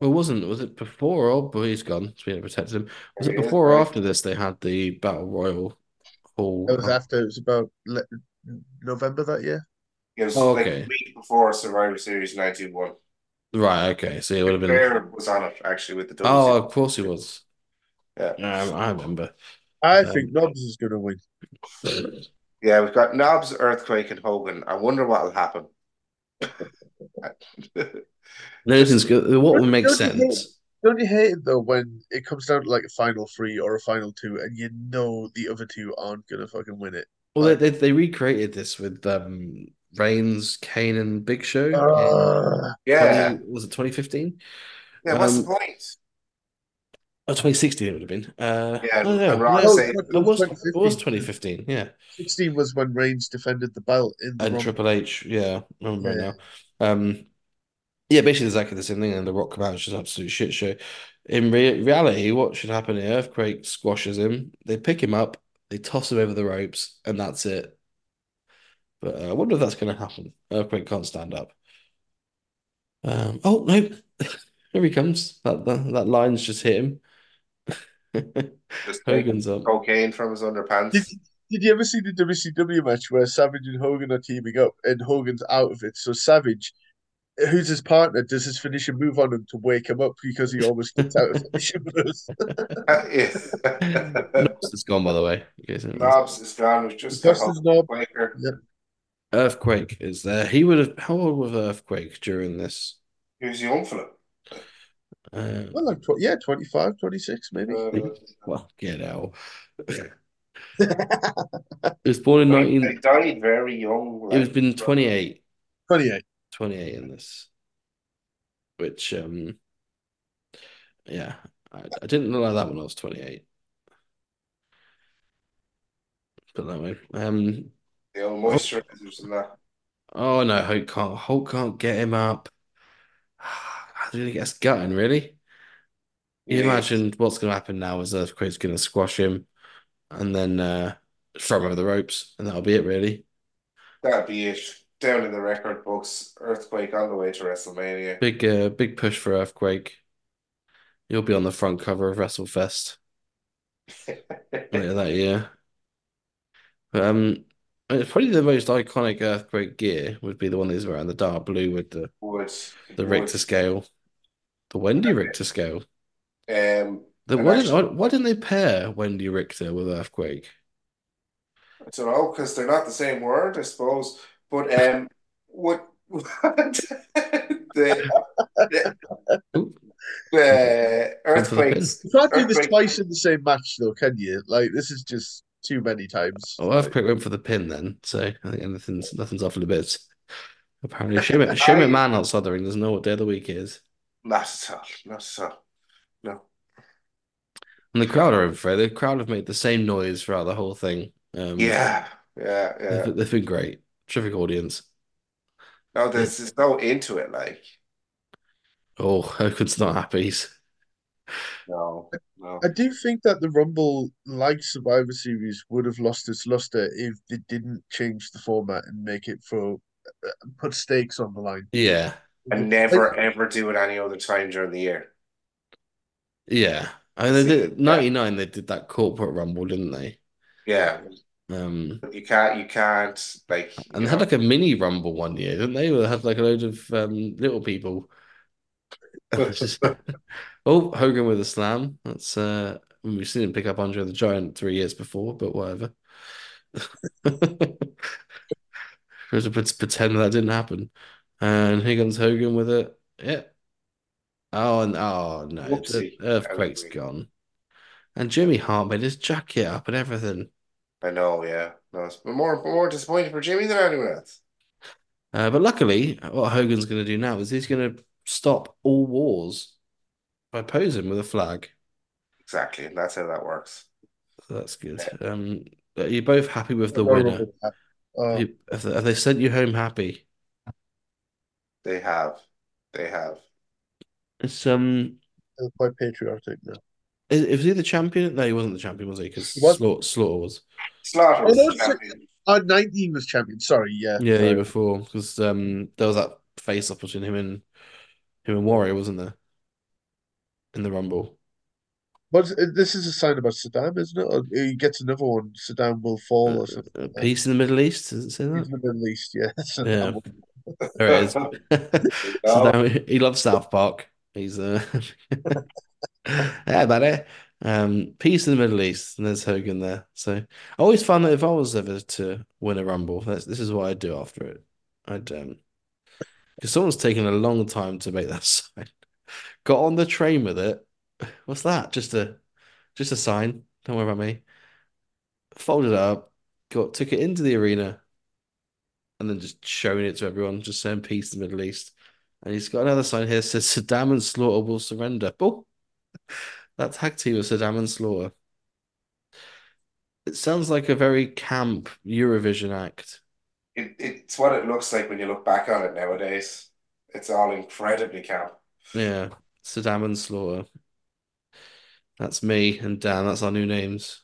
[SPEAKER 3] Well, it wasn't was it before or but he's gone, so we had to protect him. Was it
[SPEAKER 4] Yeah,
[SPEAKER 3] before or
[SPEAKER 4] right.
[SPEAKER 3] after this they had the Battle Royal Hall?
[SPEAKER 5] That was after. It was about le- November that year.
[SPEAKER 4] It was
[SPEAKER 3] Oh,
[SPEAKER 4] like
[SPEAKER 3] okay.
[SPEAKER 4] a week before Survivor Series 91.
[SPEAKER 3] Right, okay, so it would have been.
[SPEAKER 4] Flair was on it actually with the
[SPEAKER 3] Oh,
[SPEAKER 4] WC.
[SPEAKER 3] of course he was.
[SPEAKER 4] Yeah.
[SPEAKER 3] Um, I remember.
[SPEAKER 5] I
[SPEAKER 3] Um,
[SPEAKER 5] think Knobs is going to win.
[SPEAKER 4] Yeah, we've got Knobs, Earthquake, and Hogan. I wonder what'll happen.
[SPEAKER 3] Nothing's good. What would make
[SPEAKER 5] Don't you think-
[SPEAKER 3] sense?
[SPEAKER 5] Don't you hate it though when it comes down to like a final three or a final two, and you know the other two aren't going to fucking win it?
[SPEAKER 3] Well, they, they they recreated this with um Reigns, Kane, and Big Show. in
[SPEAKER 5] Ah.
[SPEAKER 4] Oh, Yeah.
[SPEAKER 3] Um, 20 was it 2015?
[SPEAKER 4] Yeah, what's the
[SPEAKER 3] Um,
[SPEAKER 4] point?
[SPEAKER 3] Oh, 2016 it would have been. Uh,
[SPEAKER 4] Yeah, Oh,
[SPEAKER 3] no, no,
[SPEAKER 4] and Ron
[SPEAKER 3] no,
[SPEAKER 4] said-
[SPEAKER 3] it was it was 2015. Yeah,
[SPEAKER 5] 16 Oh, was when Reigns defended the belt in the
[SPEAKER 3] and
[SPEAKER 5] Rumble.
[SPEAKER 3] Triple H. Yeah, I remember
[SPEAKER 5] Yeah.
[SPEAKER 3] now. Um, yeah, basically exactly the same thing. And The Rock comes out, it's just an absolute shit show. In rea- reality, what should happen? The earthquake squashes him. They pick him up. They toss him over the ropes, and that's it. But uh, I wonder if that's going to happen. Earthquake can't stand up. Um, oh no! Here he comes. That, that that line's just hit him.
[SPEAKER 4] Just taking
[SPEAKER 3] Hogan's up.
[SPEAKER 4] cocaine from his
[SPEAKER 5] Did,
[SPEAKER 4] underpants.
[SPEAKER 5] did you ever see the WCW match where Savage and Hogan are teaming up and Hogan's out of it? So Savage, who's his partner, does his finishing move on him to wake him up because he almost gets out of finishing moves.
[SPEAKER 4] yeah.
[SPEAKER 3] Knobs is gone, by the way. in case anyone-
[SPEAKER 4] Knobs is gone. We've just got
[SPEAKER 5] Dustin's knob.
[SPEAKER 4] Quaker.
[SPEAKER 3] Earthquake is there. He would have. How old was Earthquake during this?
[SPEAKER 4] He was young fella.
[SPEAKER 3] Uh,
[SPEAKER 5] Well, like, tw- yeah, 25, 26, maybe.
[SPEAKER 4] Uh,
[SPEAKER 3] well, get out. He was born in 19.
[SPEAKER 4] He died very young.
[SPEAKER 3] It was
[SPEAKER 4] like,
[SPEAKER 3] been 28,
[SPEAKER 5] 28.
[SPEAKER 3] 28 in this, which um, yeah, I, I didn't like that when I was 28. Put it that way. Um,
[SPEAKER 4] the old moisturizers and that.
[SPEAKER 3] Oh no, Hulk can't. Hulk can't get him up. I think that's gutting, really. You
[SPEAKER 4] Yeah.
[SPEAKER 3] imagine what's going to happen now is Earthquake's going to squash him, and then uh, throw him over the ropes, and that'll be it, really.
[SPEAKER 4] That'd be it. Down in the record books, earthquake on the way to WrestleMania.
[SPEAKER 3] Big, uh, big push for Earthquake. He'll be on the front cover of WrestleFest later that year. But, um, it's probably the most iconic Earthquake gear would be the one that he's wearing, the dark blue with the
[SPEAKER 4] would
[SPEAKER 3] the
[SPEAKER 4] would,
[SPEAKER 3] Richter scale, the Wendy Richter scale.
[SPEAKER 4] Um,
[SPEAKER 3] The,
[SPEAKER 4] And
[SPEAKER 3] why, did, why, why didn't they pair Wendy Richter with Earthquake?
[SPEAKER 4] I don't know because they're not the same word, I suppose. But um, what what the, the,
[SPEAKER 3] Ooh.
[SPEAKER 4] the
[SPEAKER 3] Gone for the pin.
[SPEAKER 4] earthquakes?
[SPEAKER 5] You can't do this
[SPEAKER 4] Earthquake.
[SPEAKER 5] twice in the same match, though, can you? Like, this is just too many times.
[SPEAKER 3] Oh, Earthquake went for the pin then, so I think nothing's nothing's off limits. Apparently, Shane, Shane
[SPEAKER 4] I-
[SPEAKER 3] McMahon outside the ring doesn't know what day of the week is,
[SPEAKER 4] Not at all. Not at all. No.
[SPEAKER 3] and the crowd are in for it. The crowd have made the same noise throughout the whole thing. Um,
[SPEAKER 4] Yeah. Yeah. Yeah.
[SPEAKER 3] they've, they've been great. Terrific audience.
[SPEAKER 4] No, there's there's no into it. Like
[SPEAKER 3] Oh, Hogan's not happy. He's-
[SPEAKER 4] no, no.
[SPEAKER 5] I do think that the Rumble, like Survivor Series, would have lost its luster if they didn't change the format and make it for uh, put stakes on the line.
[SPEAKER 3] Yeah,
[SPEAKER 4] And never ever do it any other time during the year.
[SPEAKER 3] yeah. I mean, they
[SPEAKER 4] See,
[SPEAKER 3] did 99. They did that corporate rumble, didn't they?
[SPEAKER 4] Yeah,
[SPEAKER 3] Um,
[SPEAKER 4] you can't. You can't. Like you
[SPEAKER 3] and they had
[SPEAKER 4] know.
[SPEAKER 3] like a mini rumble one year, didn't they? Where they had like a load of um, little people. Just- oh, Hogan with a slam. That's uh, I mean, we've seen him pick up Andre the Giant three years before, but whatever. Just pret- pretend that didn't happen. And here comes Hogan with it. Yeah. Oh, and oh no, the
[SPEAKER 4] Whoopsie.
[SPEAKER 3] earthquake's
[SPEAKER 4] Anyway.
[SPEAKER 3] gone. And Jimmy Hart made his jacket up and everything.
[SPEAKER 4] I know. Yeah, no. It's more more disappointing for Jimmy than anyone else.
[SPEAKER 3] Uh, but luckily, what Hogan's going to do now is he's going to stop all wars by posing with a flag.
[SPEAKER 4] Exactly, and that's how that works.
[SPEAKER 3] So that's good. Um, are you both happy with the
[SPEAKER 5] Horrible
[SPEAKER 3] winner?
[SPEAKER 5] that. Uh,
[SPEAKER 3] You- Have they, have they sent you home happy?
[SPEAKER 4] They have, they have.
[SPEAKER 3] It's um,
[SPEAKER 5] they're quite patriotic now.
[SPEAKER 3] is, is he the champion? No, he wasn't the champion, was he? Because
[SPEAKER 5] He wasn't.
[SPEAKER 3] Slaughter, Slaughter was.
[SPEAKER 4] Slaughter was
[SPEAKER 5] Oh,
[SPEAKER 4] the
[SPEAKER 5] that's-
[SPEAKER 4] champion.
[SPEAKER 5] Oh, 19 was champion. Sorry, yeah.
[SPEAKER 3] Yeah, the
[SPEAKER 5] sorry.
[SPEAKER 3] year before, because um, there was that face off between him and him and Warrior, wasn't there? In the Rumble.
[SPEAKER 5] But uh, this is a sign about Saddam, isn't it? Or he gets another one, Saddam will fall or something.
[SPEAKER 3] Uh, Peace in the Middle East, does it say
[SPEAKER 5] He's
[SPEAKER 3] that?
[SPEAKER 5] in the Middle East, yeah. Saddam
[SPEAKER 3] Yeah.
[SPEAKER 5] will-
[SPEAKER 3] There it is. So now he- he loves South Park. He's uh yeah, buddy. Um, peace in the Middle East, and there's Hogan there. So I always found that if I was ever to win a Rumble, that's, this is what I'd do after it. I'd um, because someone's taken a long time to make that sign. Got on the train with it. What's that? Just a, just a sign. Don't worry about me. Folded it up. Got took it into the arena, and then just showing it to everyone, just saying peace to the Middle East. And he's got another sign here says Saddam and Slaughter will surrender. Oh, That tag team was Saddam and Slaughter. It sounds like a very camp Eurovision act.
[SPEAKER 4] It, it's what it looks like when you look back on it nowadays. It's all incredibly camp.
[SPEAKER 3] Yeah, Saddam and Slaughter. That's me and Dan. That's our new names.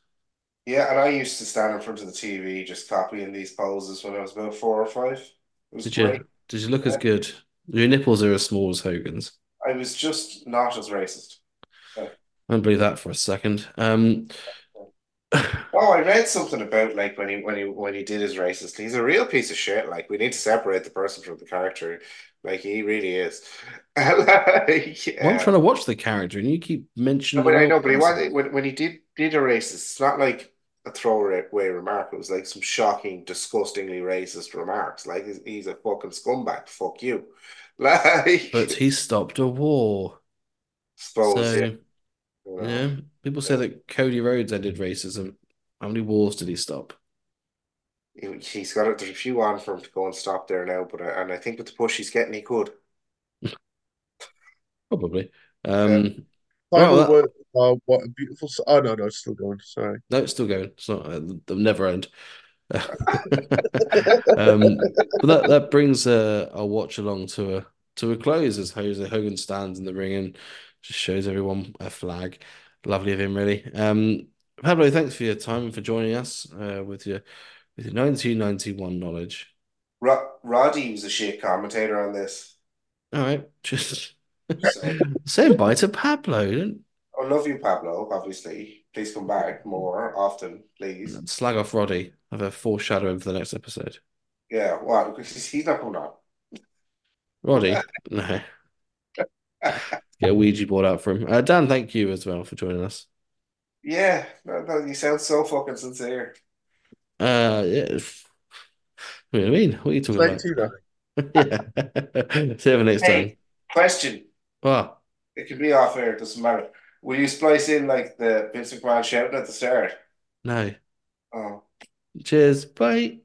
[SPEAKER 4] Yeah, and I used to stand in front of the TV just copying these poses when I was about four or five. It was
[SPEAKER 3] Did
[SPEAKER 4] great.
[SPEAKER 3] you did you look as good? Your nipples are as small as Hogan's.
[SPEAKER 4] I was just not as racist.
[SPEAKER 3] I don't believe that for a second. Um,
[SPEAKER 4] Oh, I read something about like when he when he when he did his racist. He's a real piece of shit. Like we need to separate the person from the character. Like he really is. Like,
[SPEAKER 3] well, I'm
[SPEAKER 4] yeah.
[SPEAKER 3] trying to watch the character, and you keep mentioning.
[SPEAKER 4] No, but I know, but he
[SPEAKER 3] Hogan's.
[SPEAKER 4] was when when he did did a racist. It's not like a throwaway remark. It was like some shocking, disgustingly racist remarks. Like he's, he's a fucking scumbag. Fuck you. Like
[SPEAKER 3] But he stopped a war. So
[SPEAKER 4] suppose yeah.
[SPEAKER 3] yeah, people say
[SPEAKER 4] Yeah.
[SPEAKER 3] that Cody Rhodes ended racism. How many wars did he stop?
[SPEAKER 4] He- He's got it. There's a few on for him to go and stop there now, but I, and I think with the push he's getting, he could.
[SPEAKER 3] Probably. Um,
[SPEAKER 5] Final
[SPEAKER 3] Well, that-
[SPEAKER 5] word. Uh, what a beautiful. s- Oh no, no, it's still going. Sorry.
[SPEAKER 3] No, it's still going. It's not. uh, They'll never end. Um, but that that brings uh, our watch along to a to a close as Jose Hogan stands in the ring and just shows everyone a flag. Lovely of him, really. Um, Pablo, thanks for your time and for joining us uh, with your with your 1991 knowledge.
[SPEAKER 4] Ro Roddy was a shit commentator on this.
[SPEAKER 3] All right, just
[SPEAKER 4] So,
[SPEAKER 3] say bye to Pablo. Don't
[SPEAKER 4] I love you, Pablo, obviously. Please come back more often, please.
[SPEAKER 3] slag off Roddy. Have a foreshadowing for the next episode.
[SPEAKER 4] Yeah, what? Because he's he's not coming on.
[SPEAKER 3] Roddy, no. Get a Ouija board out for him. Uh, Dan, thank you as well for joining us.
[SPEAKER 4] Yeah, no, no, you sound so fucking sincere.
[SPEAKER 3] Uh, yeah. f- What do you mean? What are you talking
[SPEAKER 5] Like
[SPEAKER 3] about?
[SPEAKER 5] Tuna.
[SPEAKER 3] Yeah. See you next
[SPEAKER 4] Hey.
[SPEAKER 3] time.
[SPEAKER 4] Question.
[SPEAKER 3] Well,
[SPEAKER 4] It can be off air, it doesn't matter. Will you splice in like the Vince McMahon shouting at the start?
[SPEAKER 3] no.
[SPEAKER 4] Oh.
[SPEAKER 3] Cheers. Bye.